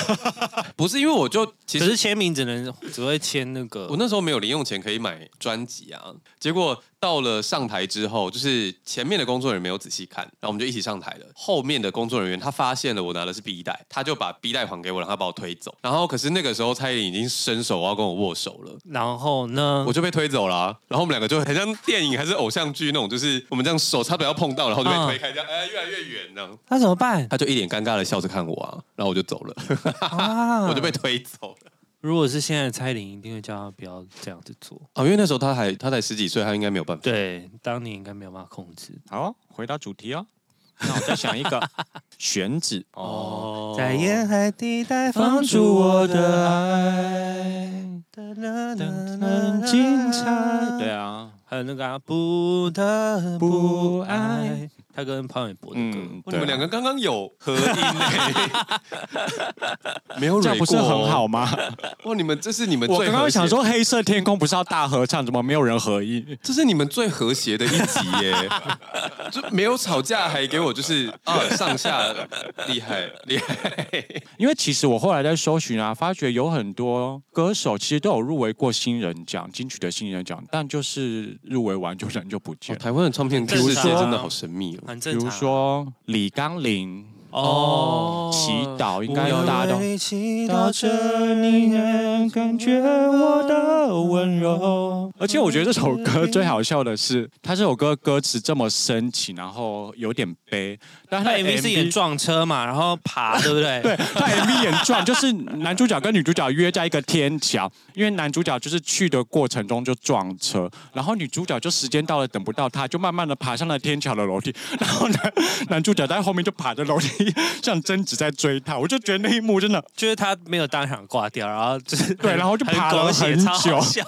[SPEAKER 2] 不是因为我就其
[SPEAKER 1] 可
[SPEAKER 2] 实
[SPEAKER 1] 是签名只能只会签那个
[SPEAKER 2] 我。那时候没有零用钱可以买专辑啊，结果到了上台之后，就是前面的工作人员没有仔细看，然后我们就一起上台了。后面的工作人员他发现了我拿的是 B 带，他就把 B 带还给我，让他把我推走。然后可是那个时候蔡依林已经伸手要跟我握手了。
[SPEAKER 1] 然后呢
[SPEAKER 2] 我？就被推走了啊、然后我们两个就很像电影还是偶像剧那种，就是我们这样手差点要碰到，然后就被
[SPEAKER 1] 嗯
[SPEAKER 2] 推开，这样哎越来越远这样。
[SPEAKER 1] 那怎么 办
[SPEAKER 2] 他就一脸尴尬的笑着看我啊，然后我就走了，
[SPEAKER 1] 啊？
[SPEAKER 2] 我就被推走了
[SPEAKER 1] 如果是现在的蔡依林，一定会叫他不要这样子做。
[SPEAKER 2] 啊，因为那时候他还他才十几岁，他应该没有办法。
[SPEAKER 1] 对，当年应该没有办法控制。
[SPEAKER 3] 好，回到主题哦。那我再想一个选址哦，
[SPEAKER 2] 哦
[SPEAKER 1] 在沿海地带放
[SPEAKER 3] 放
[SPEAKER 1] 逐
[SPEAKER 3] 逐
[SPEAKER 1] 我
[SPEAKER 3] 我
[SPEAKER 1] 的爱。
[SPEAKER 3] 的爱，
[SPEAKER 1] 很
[SPEAKER 3] 很精彩。哦对啊，
[SPEAKER 1] 还有那个、啊、不得不
[SPEAKER 3] 不
[SPEAKER 1] 爱
[SPEAKER 3] 爱，
[SPEAKER 1] 他跟潘玮柏的歌。
[SPEAKER 3] 嗯，
[SPEAKER 2] 哇你们两
[SPEAKER 3] 个
[SPEAKER 2] 个刚刚有合音呢、 没有
[SPEAKER 3] 这
[SPEAKER 2] 蕊
[SPEAKER 3] 样
[SPEAKER 2] 过哦
[SPEAKER 3] 不是很好？吗？
[SPEAKER 2] 哇，你们这是你们最
[SPEAKER 3] 我
[SPEAKER 2] 和谐
[SPEAKER 3] 刚刚想，说黑色天空不是要大合唱，怎么没有人合音？
[SPEAKER 2] 这是你们最和谐的一集耶、就没有吵架，还给我就是啊上下厉害厉害，
[SPEAKER 3] 因为其实我后来在搜寻啊，发觉有很多歌手其实都有入围过新人奖、金曲的新人奖，但就是入围完就人就不见了。
[SPEAKER 2] 哦台湾的唱 片
[SPEAKER 1] 歌
[SPEAKER 2] 歌
[SPEAKER 1] 世
[SPEAKER 2] 世
[SPEAKER 1] 界
[SPEAKER 2] 界
[SPEAKER 1] 真
[SPEAKER 2] 真
[SPEAKER 1] 的
[SPEAKER 2] 的
[SPEAKER 1] 好
[SPEAKER 2] 好神秘哦。
[SPEAKER 1] 很
[SPEAKER 3] 比
[SPEAKER 1] 正常。啊
[SPEAKER 3] 如说李刚林、
[SPEAKER 1] 哦，
[SPEAKER 3] 祈祷，应该大家都。
[SPEAKER 1] 祈
[SPEAKER 3] 到这里能感觉我的温
[SPEAKER 1] 柔。
[SPEAKER 3] 而且我觉得这首歌最好笑的是，它这首歌歌词这么深情，然后有点悲，但
[SPEAKER 1] 他
[SPEAKER 3] 它
[SPEAKER 1] MV 是演 撞车嘛，然后爬，对不对？
[SPEAKER 3] 对，他 MV 演转就是男主角跟女主角约在一个天桥，因为男主角就是去的过程中就撞车，然后女主角就时间到了等不到他，就慢慢的爬上了天桥的楼梯，然后男男主角在后面就爬着楼梯像贞子在追他，我就觉得那一幕真的
[SPEAKER 1] 就是他没有当场挂掉，然后就是
[SPEAKER 3] 对，然后就
[SPEAKER 1] 很
[SPEAKER 3] 爬了
[SPEAKER 1] 狗血，
[SPEAKER 3] 很
[SPEAKER 1] 超好
[SPEAKER 3] 久，
[SPEAKER 1] 笑，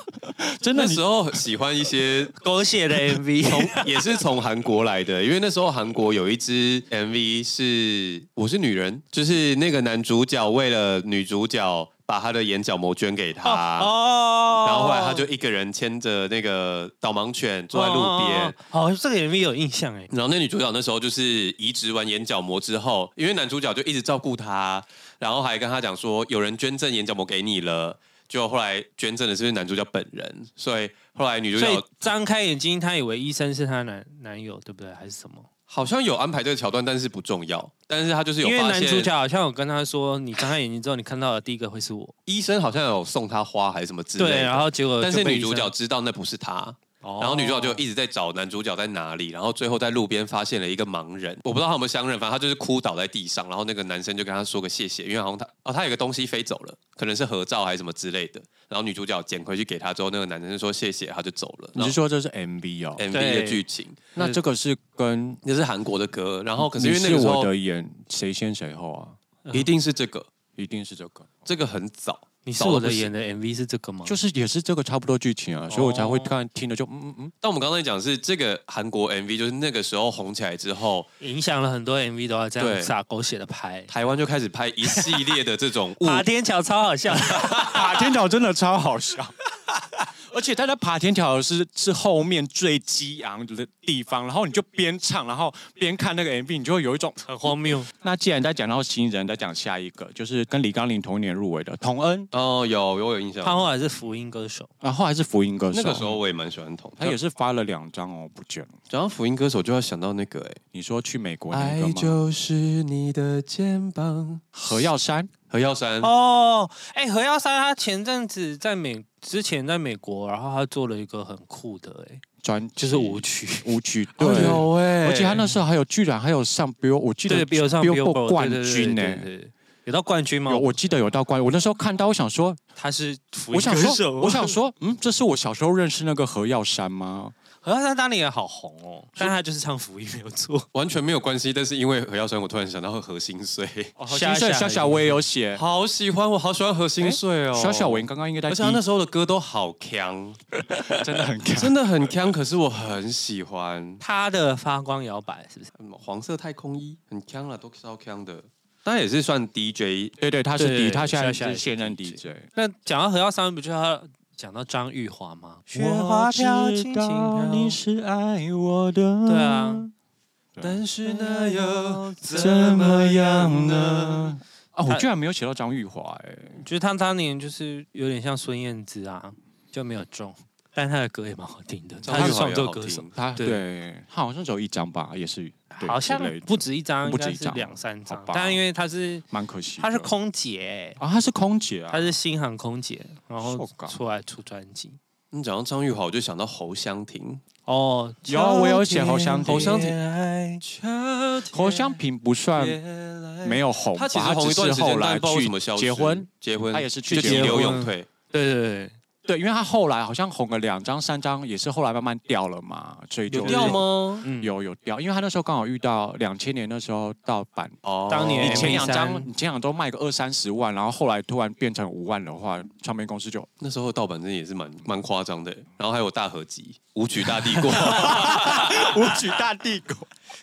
[SPEAKER 3] 真的
[SPEAKER 2] 那
[SPEAKER 3] 你
[SPEAKER 2] 时候喜欢一些
[SPEAKER 1] 狗血的 MV。
[SPEAKER 2] 从也是从韩国来的，因为那时候韩国有一支 MV 是《我是女人》，就是那个男主角为了女主角把他的眼角膜捐给她。
[SPEAKER 1] 哦
[SPEAKER 2] 然后后来他就一个人牵着那个导盲犬坐在路边，
[SPEAKER 1] 哦哦哦，哦这个 MV 有印象哎，
[SPEAKER 2] 然后那女主角那时候就是移植完眼角膜之后，因为男主角就一直照顾她，然后还跟她讲说有人捐赠眼角膜给你了，就后来捐赠的是男主角本人，所以后来女主
[SPEAKER 1] 所以
[SPEAKER 2] 角
[SPEAKER 1] 张开眼睛，他以为医生是她男男友，对不对？还是什么？
[SPEAKER 2] 好像有安排这个桥段，但是不重要，但是她就是有
[SPEAKER 1] 因为
[SPEAKER 2] 发
[SPEAKER 1] 男主
[SPEAKER 2] 现
[SPEAKER 1] 角好像有跟他说，你张开眼睛之后，你看到的第一个会是我。
[SPEAKER 2] 医生好像有送她花还是什么之类的，
[SPEAKER 1] 对，然后结果
[SPEAKER 2] 但
[SPEAKER 1] 呃就是被哦
[SPEAKER 2] 女主
[SPEAKER 1] 医
[SPEAKER 2] 角
[SPEAKER 1] 生，
[SPEAKER 2] 知道那不是她，
[SPEAKER 1] 然
[SPEAKER 2] 然后女主角就一直在找男主角在哪里，然后最后在路边发现了一个盲人，我不知道他有没有相认，反正他就是哭倒在地上，然后那个男生就跟他说个谢谢，因为好像他哦他有个东西飞走了，可能是合照还是什么之类的，然后女主角捡回去给他之后，那个男生就说谢谢，他就走了。
[SPEAKER 3] 你是说这是 MV 哦？
[SPEAKER 2] 然后 MV
[SPEAKER 1] 对
[SPEAKER 2] 的剧情，
[SPEAKER 3] 那这个是跟
[SPEAKER 2] 那是韩国的歌，然后可是因
[SPEAKER 3] 你哦
[SPEAKER 2] 为那
[SPEAKER 3] 是
[SPEAKER 2] 个时
[SPEAKER 3] 我
[SPEAKER 2] 候
[SPEAKER 3] 的眼谁先谁后啊？
[SPEAKER 2] 一定是这个，
[SPEAKER 3] 一定是这个，
[SPEAKER 2] 这个很早，
[SPEAKER 1] 你是
[SPEAKER 2] 早到
[SPEAKER 1] 我
[SPEAKER 2] 不
[SPEAKER 1] 的
[SPEAKER 2] 行
[SPEAKER 1] 演的 MV 是这个吗？
[SPEAKER 3] 哦就是也是这个差不多剧情啊，所以我才会看听的就嗯 嗯嗯，
[SPEAKER 2] 但我们刚才讲的是这个韩国 MV，就是那个时候红起来之后，
[SPEAKER 1] 影响了很多 MV 都要这
[SPEAKER 2] 对
[SPEAKER 1] 样撒狗血的拍。
[SPEAKER 2] 台湾就开始拍一系列的 这种物
[SPEAKER 1] 爬天桥超好笑，
[SPEAKER 3] 爬啊天桥真的超好笑。 而且他在爬天桥是是后面最激昂的地方，然后你就边唱，然后边看那个 MV，你就会有一种嗯
[SPEAKER 1] 很荒谬。
[SPEAKER 3] 那既然在讲到新人，再讲下一个，就是跟李刚林同年入围的童恩，
[SPEAKER 2] 哦，有我有印象，
[SPEAKER 1] 他后来是福音歌手，
[SPEAKER 3] 然后还是福音歌手。
[SPEAKER 2] 那个时候我也蛮喜欢童，
[SPEAKER 3] 他也是发了两张哦，不见了。
[SPEAKER 2] 讲到福音歌手就要想到那个哎、
[SPEAKER 3] 你说去美国那个
[SPEAKER 2] 爱
[SPEAKER 3] 吗？
[SPEAKER 2] 就是你的肩膀，
[SPEAKER 3] 何耀珊，
[SPEAKER 2] 何耀珊
[SPEAKER 1] 哦，哎、何耀珊他前阵子在美之前在美国，然后他做了一个很酷的、哎，
[SPEAKER 3] 专辑
[SPEAKER 1] 就是舞曲，
[SPEAKER 3] 舞曲对。
[SPEAKER 2] 哦有哎、
[SPEAKER 3] 而且他那时候还有，居然还有上 Bill，我记
[SPEAKER 1] 对
[SPEAKER 3] 得
[SPEAKER 1] 比如上
[SPEAKER 3] Billboard
[SPEAKER 1] Billboard
[SPEAKER 3] 冠
[SPEAKER 1] 对对对
[SPEAKER 3] 军呢、欸
[SPEAKER 1] 对对对有到冠军吗
[SPEAKER 3] 有，？我记得有到冠军。我那时候看到，我想说，
[SPEAKER 1] 他是福
[SPEAKER 3] 我
[SPEAKER 1] 音
[SPEAKER 3] 想
[SPEAKER 1] 歌
[SPEAKER 3] 说，
[SPEAKER 1] 手，
[SPEAKER 3] 我想说，嗯，这是我小时候认识那个何耀珊吗？
[SPEAKER 1] 何耀珊当年也好红哦，但他就是唱福音没有错。
[SPEAKER 2] 完全没有关系，但是因为何耀珊，我突然想到何心碎，
[SPEAKER 3] 哦，
[SPEAKER 1] 夏
[SPEAKER 3] 小小
[SPEAKER 1] 夏
[SPEAKER 3] 小我也有写，
[SPEAKER 2] 好喜欢，我好喜欢何心碎哦，
[SPEAKER 3] 小小文刚刚应该在
[SPEAKER 2] 而
[SPEAKER 3] 第
[SPEAKER 2] 且他那时候的歌都好 强，
[SPEAKER 3] 真的很看。
[SPEAKER 2] 真的很强，可是我很喜欢。
[SPEAKER 1] 他的发光摇摆是不是？
[SPEAKER 2] 嗯黄色太空衣很强了，都超强的。他也是算 DJ，
[SPEAKER 3] 对对，他是
[SPEAKER 1] 对
[SPEAKER 3] D，他现
[SPEAKER 1] 夏
[SPEAKER 3] 在
[SPEAKER 1] 夏
[SPEAKER 3] 是
[SPEAKER 1] 也是
[SPEAKER 3] 现任
[SPEAKER 1] DJ
[SPEAKER 3] DJ。
[SPEAKER 1] 那讲到何耀珊，不就要讲到张玉华吗？
[SPEAKER 3] 我知道你是爱我的，
[SPEAKER 1] 对啊，
[SPEAKER 2] 但是那又
[SPEAKER 3] 怎么样呢？？啊，我居然没有写到张玉华哎、
[SPEAKER 1] 就是他当年就是有点像孙燕姿啊，就没有中，但他的歌也蛮好听的，
[SPEAKER 2] 张
[SPEAKER 1] 他
[SPEAKER 2] 玉
[SPEAKER 1] 是
[SPEAKER 2] 华
[SPEAKER 1] 创
[SPEAKER 2] 也
[SPEAKER 1] 作
[SPEAKER 2] 好
[SPEAKER 1] 歌
[SPEAKER 2] 听
[SPEAKER 1] 手，
[SPEAKER 3] 他
[SPEAKER 1] 对
[SPEAKER 3] 对，他好像只有一张吧，也是对
[SPEAKER 1] 好像
[SPEAKER 3] 之类的
[SPEAKER 1] 不止一张，
[SPEAKER 3] 不
[SPEAKER 1] 应
[SPEAKER 3] 止
[SPEAKER 1] 该
[SPEAKER 3] 一
[SPEAKER 1] 是
[SPEAKER 3] 张
[SPEAKER 1] 两三
[SPEAKER 3] 好
[SPEAKER 1] 张
[SPEAKER 3] 吧。
[SPEAKER 1] 但因为他是
[SPEAKER 3] 蛮可惜的。
[SPEAKER 1] 他是空姐、
[SPEAKER 3] 啊，他是空姐啊，
[SPEAKER 1] 她是新航空姐，然后
[SPEAKER 3] 受搞
[SPEAKER 1] 出来出专辑。
[SPEAKER 2] 你嗯讲到张玉华，我就想到侯湘婷。
[SPEAKER 1] 哦，
[SPEAKER 3] 有啊我有写侯湘婷
[SPEAKER 2] 侯湘婷
[SPEAKER 3] 侯湘萍不算没有红吧，
[SPEAKER 2] 他其实红一段
[SPEAKER 3] 只
[SPEAKER 2] 时
[SPEAKER 3] 是
[SPEAKER 2] 间，
[SPEAKER 3] 后
[SPEAKER 2] 但
[SPEAKER 3] 来
[SPEAKER 2] 不知道为什么
[SPEAKER 3] 去
[SPEAKER 2] 消失
[SPEAKER 3] 结婚，，
[SPEAKER 2] 结婚，
[SPEAKER 3] 他也是去嗯
[SPEAKER 2] 就
[SPEAKER 1] 结
[SPEAKER 2] 急流
[SPEAKER 1] 婚
[SPEAKER 2] 勇退。
[SPEAKER 1] 对对对，
[SPEAKER 3] 对，因为他后来好像红了两张、三张，也是后来慢慢掉了嘛，所以就
[SPEAKER 2] 有掉吗？
[SPEAKER 1] 嗯，
[SPEAKER 3] 有有掉，因为他那时候刚好遇到两千年那时候盗版，
[SPEAKER 2] 哦
[SPEAKER 1] 当年
[SPEAKER 3] 你前两
[SPEAKER 1] MP3
[SPEAKER 3] 张你前两都卖个二三十万，然后后来突然变成五万的话，唱片公司就
[SPEAKER 2] 那时候盗版真的也是蛮蛮夸张的，然后还有大合集《舞曲大帝国》
[SPEAKER 3] 舞曲大帝国。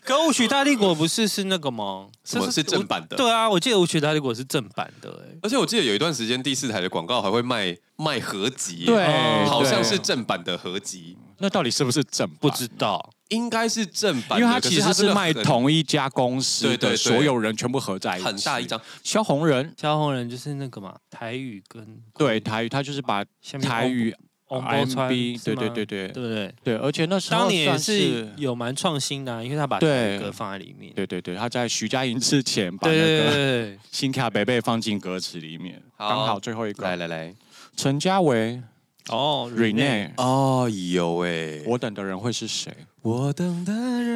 [SPEAKER 1] 可《舞曲大帝国》不是是那个吗？
[SPEAKER 2] 什么是正版的啊
[SPEAKER 1] 对啊，我记得《舞曲大帝国》是正版的、哎，
[SPEAKER 2] 而且我记得有一段时间第四台的广告还会卖卖合集，
[SPEAKER 3] 对，
[SPEAKER 1] 哦
[SPEAKER 2] 好像
[SPEAKER 3] 对
[SPEAKER 2] 是正版的合集，
[SPEAKER 3] 那到底是不是正版？
[SPEAKER 1] 不知道。
[SPEAKER 2] 应该是正版的，
[SPEAKER 3] 因为它
[SPEAKER 2] 可
[SPEAKER 3] 其实
[SPEAKER 2] 它真
[SPEAKER 3] 是
[SPEAKER 2] 的
[SPEAKER 3] 卖
[SPEAKER 2] 很
[SPEAKER 3] 同一家公司
[SPEAKER 2] 对对
[SPEAKER 3] 的
[SPEAKER 2] 对
[SPEAKER 3] 所有人全部合在一起，
[SPEAKER 2] 很大一。张，
[SPEAKER 3] 萧红人
[SPEAKER 1] 萧红人就是那个嘛，台语跟
[SPEAKER 3] 对台语，他就是把
[SPEAKER 1] 下面
[SPEAKER 3] 台语
[SPEAKER 1] 红包川，
[SPEAKER 3] RMB
[SPEAKER 1] 是
[SPEAKER 3] 对
[SPEAKER 1] 吗
[SPEAKER 3] 对对
[SPEAKER 1] 对
[SPEAKER 3] 对
[SPEAKER 1] 不对？
[SPEAKER 3] 对，而且那时候
[SPEAKER 1] 当年也
[SPEAKER 3] 算
[SPEAKER 1] 是有蛮创新的、啊，因为他把
[SPEAKER 3] 对
[SPEAKER 1] 台语歌放在里面。
[SPEAKER 3] 对对对，他在徐佳莹之前把
[SPEAKER 1] 对
[SPEAKER 3] 那
[SPEAKER 1] 对对
[SPEAKER 3] 个
[SPEAKER 1] 对
[SPEAKER 3] 新卡贝贝放进歌词里面，
[SPEAKER 2] 好
[SPEAKER 3] 刚好最后一
[SPEAKER 2] 来
[SPEAKER 3] 个
[SPEAKER 2] 来来，
[SPEAKER 3] 陈嘉维
[SPEAKER 1] 对，哦
[SPEAKER 3] Rene，
[SPEAKER 2] 哦，有哎，
[SPEAKER 3] 我等的人会是谁？
[SPEAKER 2] 我等的人？？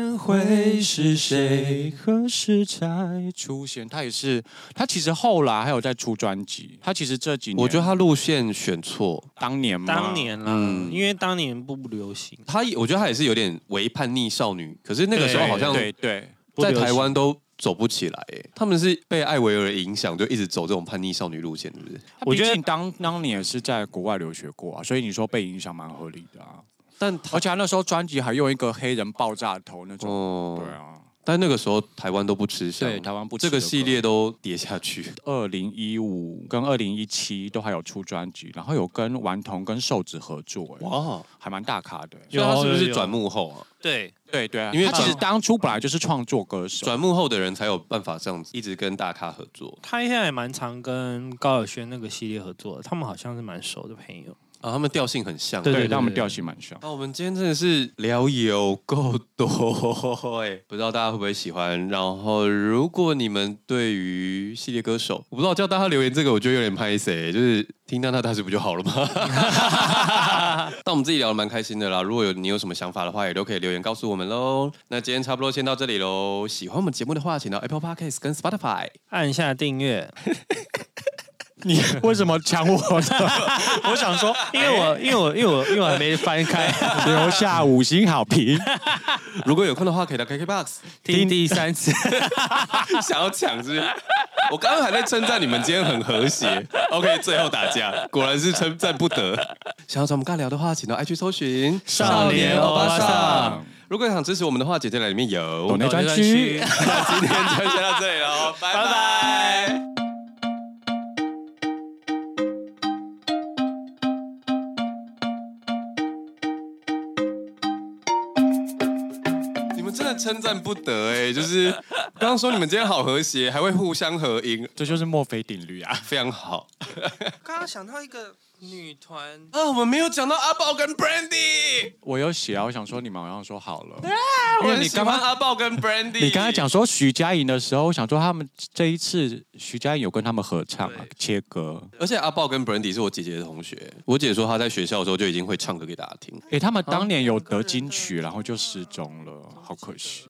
[SPEAKER 3] 何时才出现？他也是，他其实后来还有在出专辑，他其实这几年，
[SPEAKER 2] 我觉得他路线选错，
[SPEAKER 3] 当年嘛，
[SPEAKER 1] 当年啦，
[SPEAKER 2] 嗯
[SPEAKER 1] 因为当年不流行，
[SPEAKER 2] 他我觉得他也是有点为叛逆少女，可是那个时候好像
[SPEAKER 3] 对对。
[SPEAKER 1] 不
[SPEAKER 2] 在
[SPEAKER 1] 流行
[SPEAKER 2] 台湾都走不起来、欸，他们是被艾薇儿影响，就一直走这种叛逆少女路线，是不是？
[SPEAKER 1] 我
[SPEAKER 3] 我
[SPEAKER 1] 觉
[SPEAKER 3] 觉
[SPEAKER 1] 得
[SPEAKER 3] 得当当年也是在国外留学过啊，所以你说被影响蛮合理的啊。
[SPEAKER 2] 但
[SPEAKER 3] 而且他那时候专辑还用一个黑人爆炸头那种，
[SPEAKER 2] 哦，
[SPEAKER 3] 对啊，
[SPEAKER 2] 但那个时候台湾都不吃香，
[SPEAKER 3] 对台湾不吃
[SPEAKER 2] 这个
[SPEAKER 3] 这个
[SPEAKER 2] 系列都跌 下去。
[SPEAKER 3] 二零一五跟二零一七都还有出专辑，然后有跟顽童跟瘦子合作、欸，
[SPEAKER 2] 哇，
[SPEAKER 3] 还蛮大咖的欸、
[SPEAKER 2] 所以他是不
[SPEAKER 1] 有有
[SPEAKER 2] 是
[SPEAKER 1] 有
[SPEAKER 2] 转幕后啊？
[SPEAKER 1] 对，
[SPEAKER 3] 对对、啊，
[SPEAKER 2] 因为
[SPEAKER 3] 他其实
[SPEAKER 2] 转
[SPEAKER 3] 当初本来就是创作歌手，
[SPEAKER 2] 转幕后的人才有办法这样子一直跟大咖合作
[SPEAKER 1] 他现在也蛮常跟高尔宣那个系列合作的，他们好像是蛮熟的朋友。
[SPEAKER 2] 啊，他们调性很像。
[SPEAKER 1] 对
[SPEAKER 3] 对，但我们调性蛮像。
[SPEAKER 2] 那、我们今天真的是聊有够多哎、 不知道大家会不会喜欢。然后，如果你们对于系列歌手，我不知道叫大家留言这个，我觉得有点拍谁、欸就是听到他大师不就好了吗？ 但我们自己聊的蛮开心的啦。如果有你有什么想法的话，也都可以留言告诉我们喽。那今天差不多先到这里喽。喜欢我们节目的话，请到 Apple Podcast 跟 Spotify。
[SPEAKER 1] 按下订阅，
[SPEAKER 3] 你为什么抢我 的？
[SPEAKER 1] 我想说，因为我因为我因为我因为我还没翻开
[SPEAKER 3] 留下五星好评，
[SPEAKER 2] 如果有空的话，可以到 KKBox。
[SPEAKER 1] 听第三次，
[SPEAKER 2] 想要抢是不是？我刚刚还在称赞你们今天很和谐。OK，最后打架，果然是称赞不得。想要找我们尬聊的话，请到 IG 搜寻
[SPEAKER 1] 少年欧巴桑。
[SPEAKER 2] 如果想支持我们的话，姐姐栏里面有。
[SPEAKER 3] 抖内专
[SPEAKER 1] 专
[SPEAKER 3] 区
[SPEAKER 1] 区。
[SPEAKER 2] 那今天就先到这里喽，拜拜。你们真的称赞不得哎、就是 刚刚说你们今天好和谐，还会互相合音，
[SPEAKER 3] 这就是墨菲定律啊！
[SPEAKER 2] 非常好
[SPEAKER 1] 刚刚想到一个女团，
[SPEAKER 2] 啊！我们没有讲到阿豹跟 Brandy，
[SPEAKER 3] 我有写啊，我想说你们好像说好 了，因
[SPEAKER 2] 我
[SPEAKER 3] 为
[SPEAKER 2] 很
[SPEAKER 3] 你
[SPEAKER 2] 喜
[SPEAKER 3] 刚
[SPEAKER 2] 欢
[SPEAKER 3] 刚
[SPEAKER 2] 阿豹跟 Brandy，
[SPEAKER 3] 你刚才讲说徐佳莹的时候，我想说他们这一次徐佳莹有跟他们合唱啊
[SPEAKER 1] 对，
[SPEAKER 3] 切歌。
[SPEAKER 2] 而且阿豹跟 Brandy 是我姐姐的同学，我姐说她在学校的时候就已经会唱歌给大家听。
[SPEAKER 3] 诶，他们当年有得金曲，然后就失踪了，好可惜。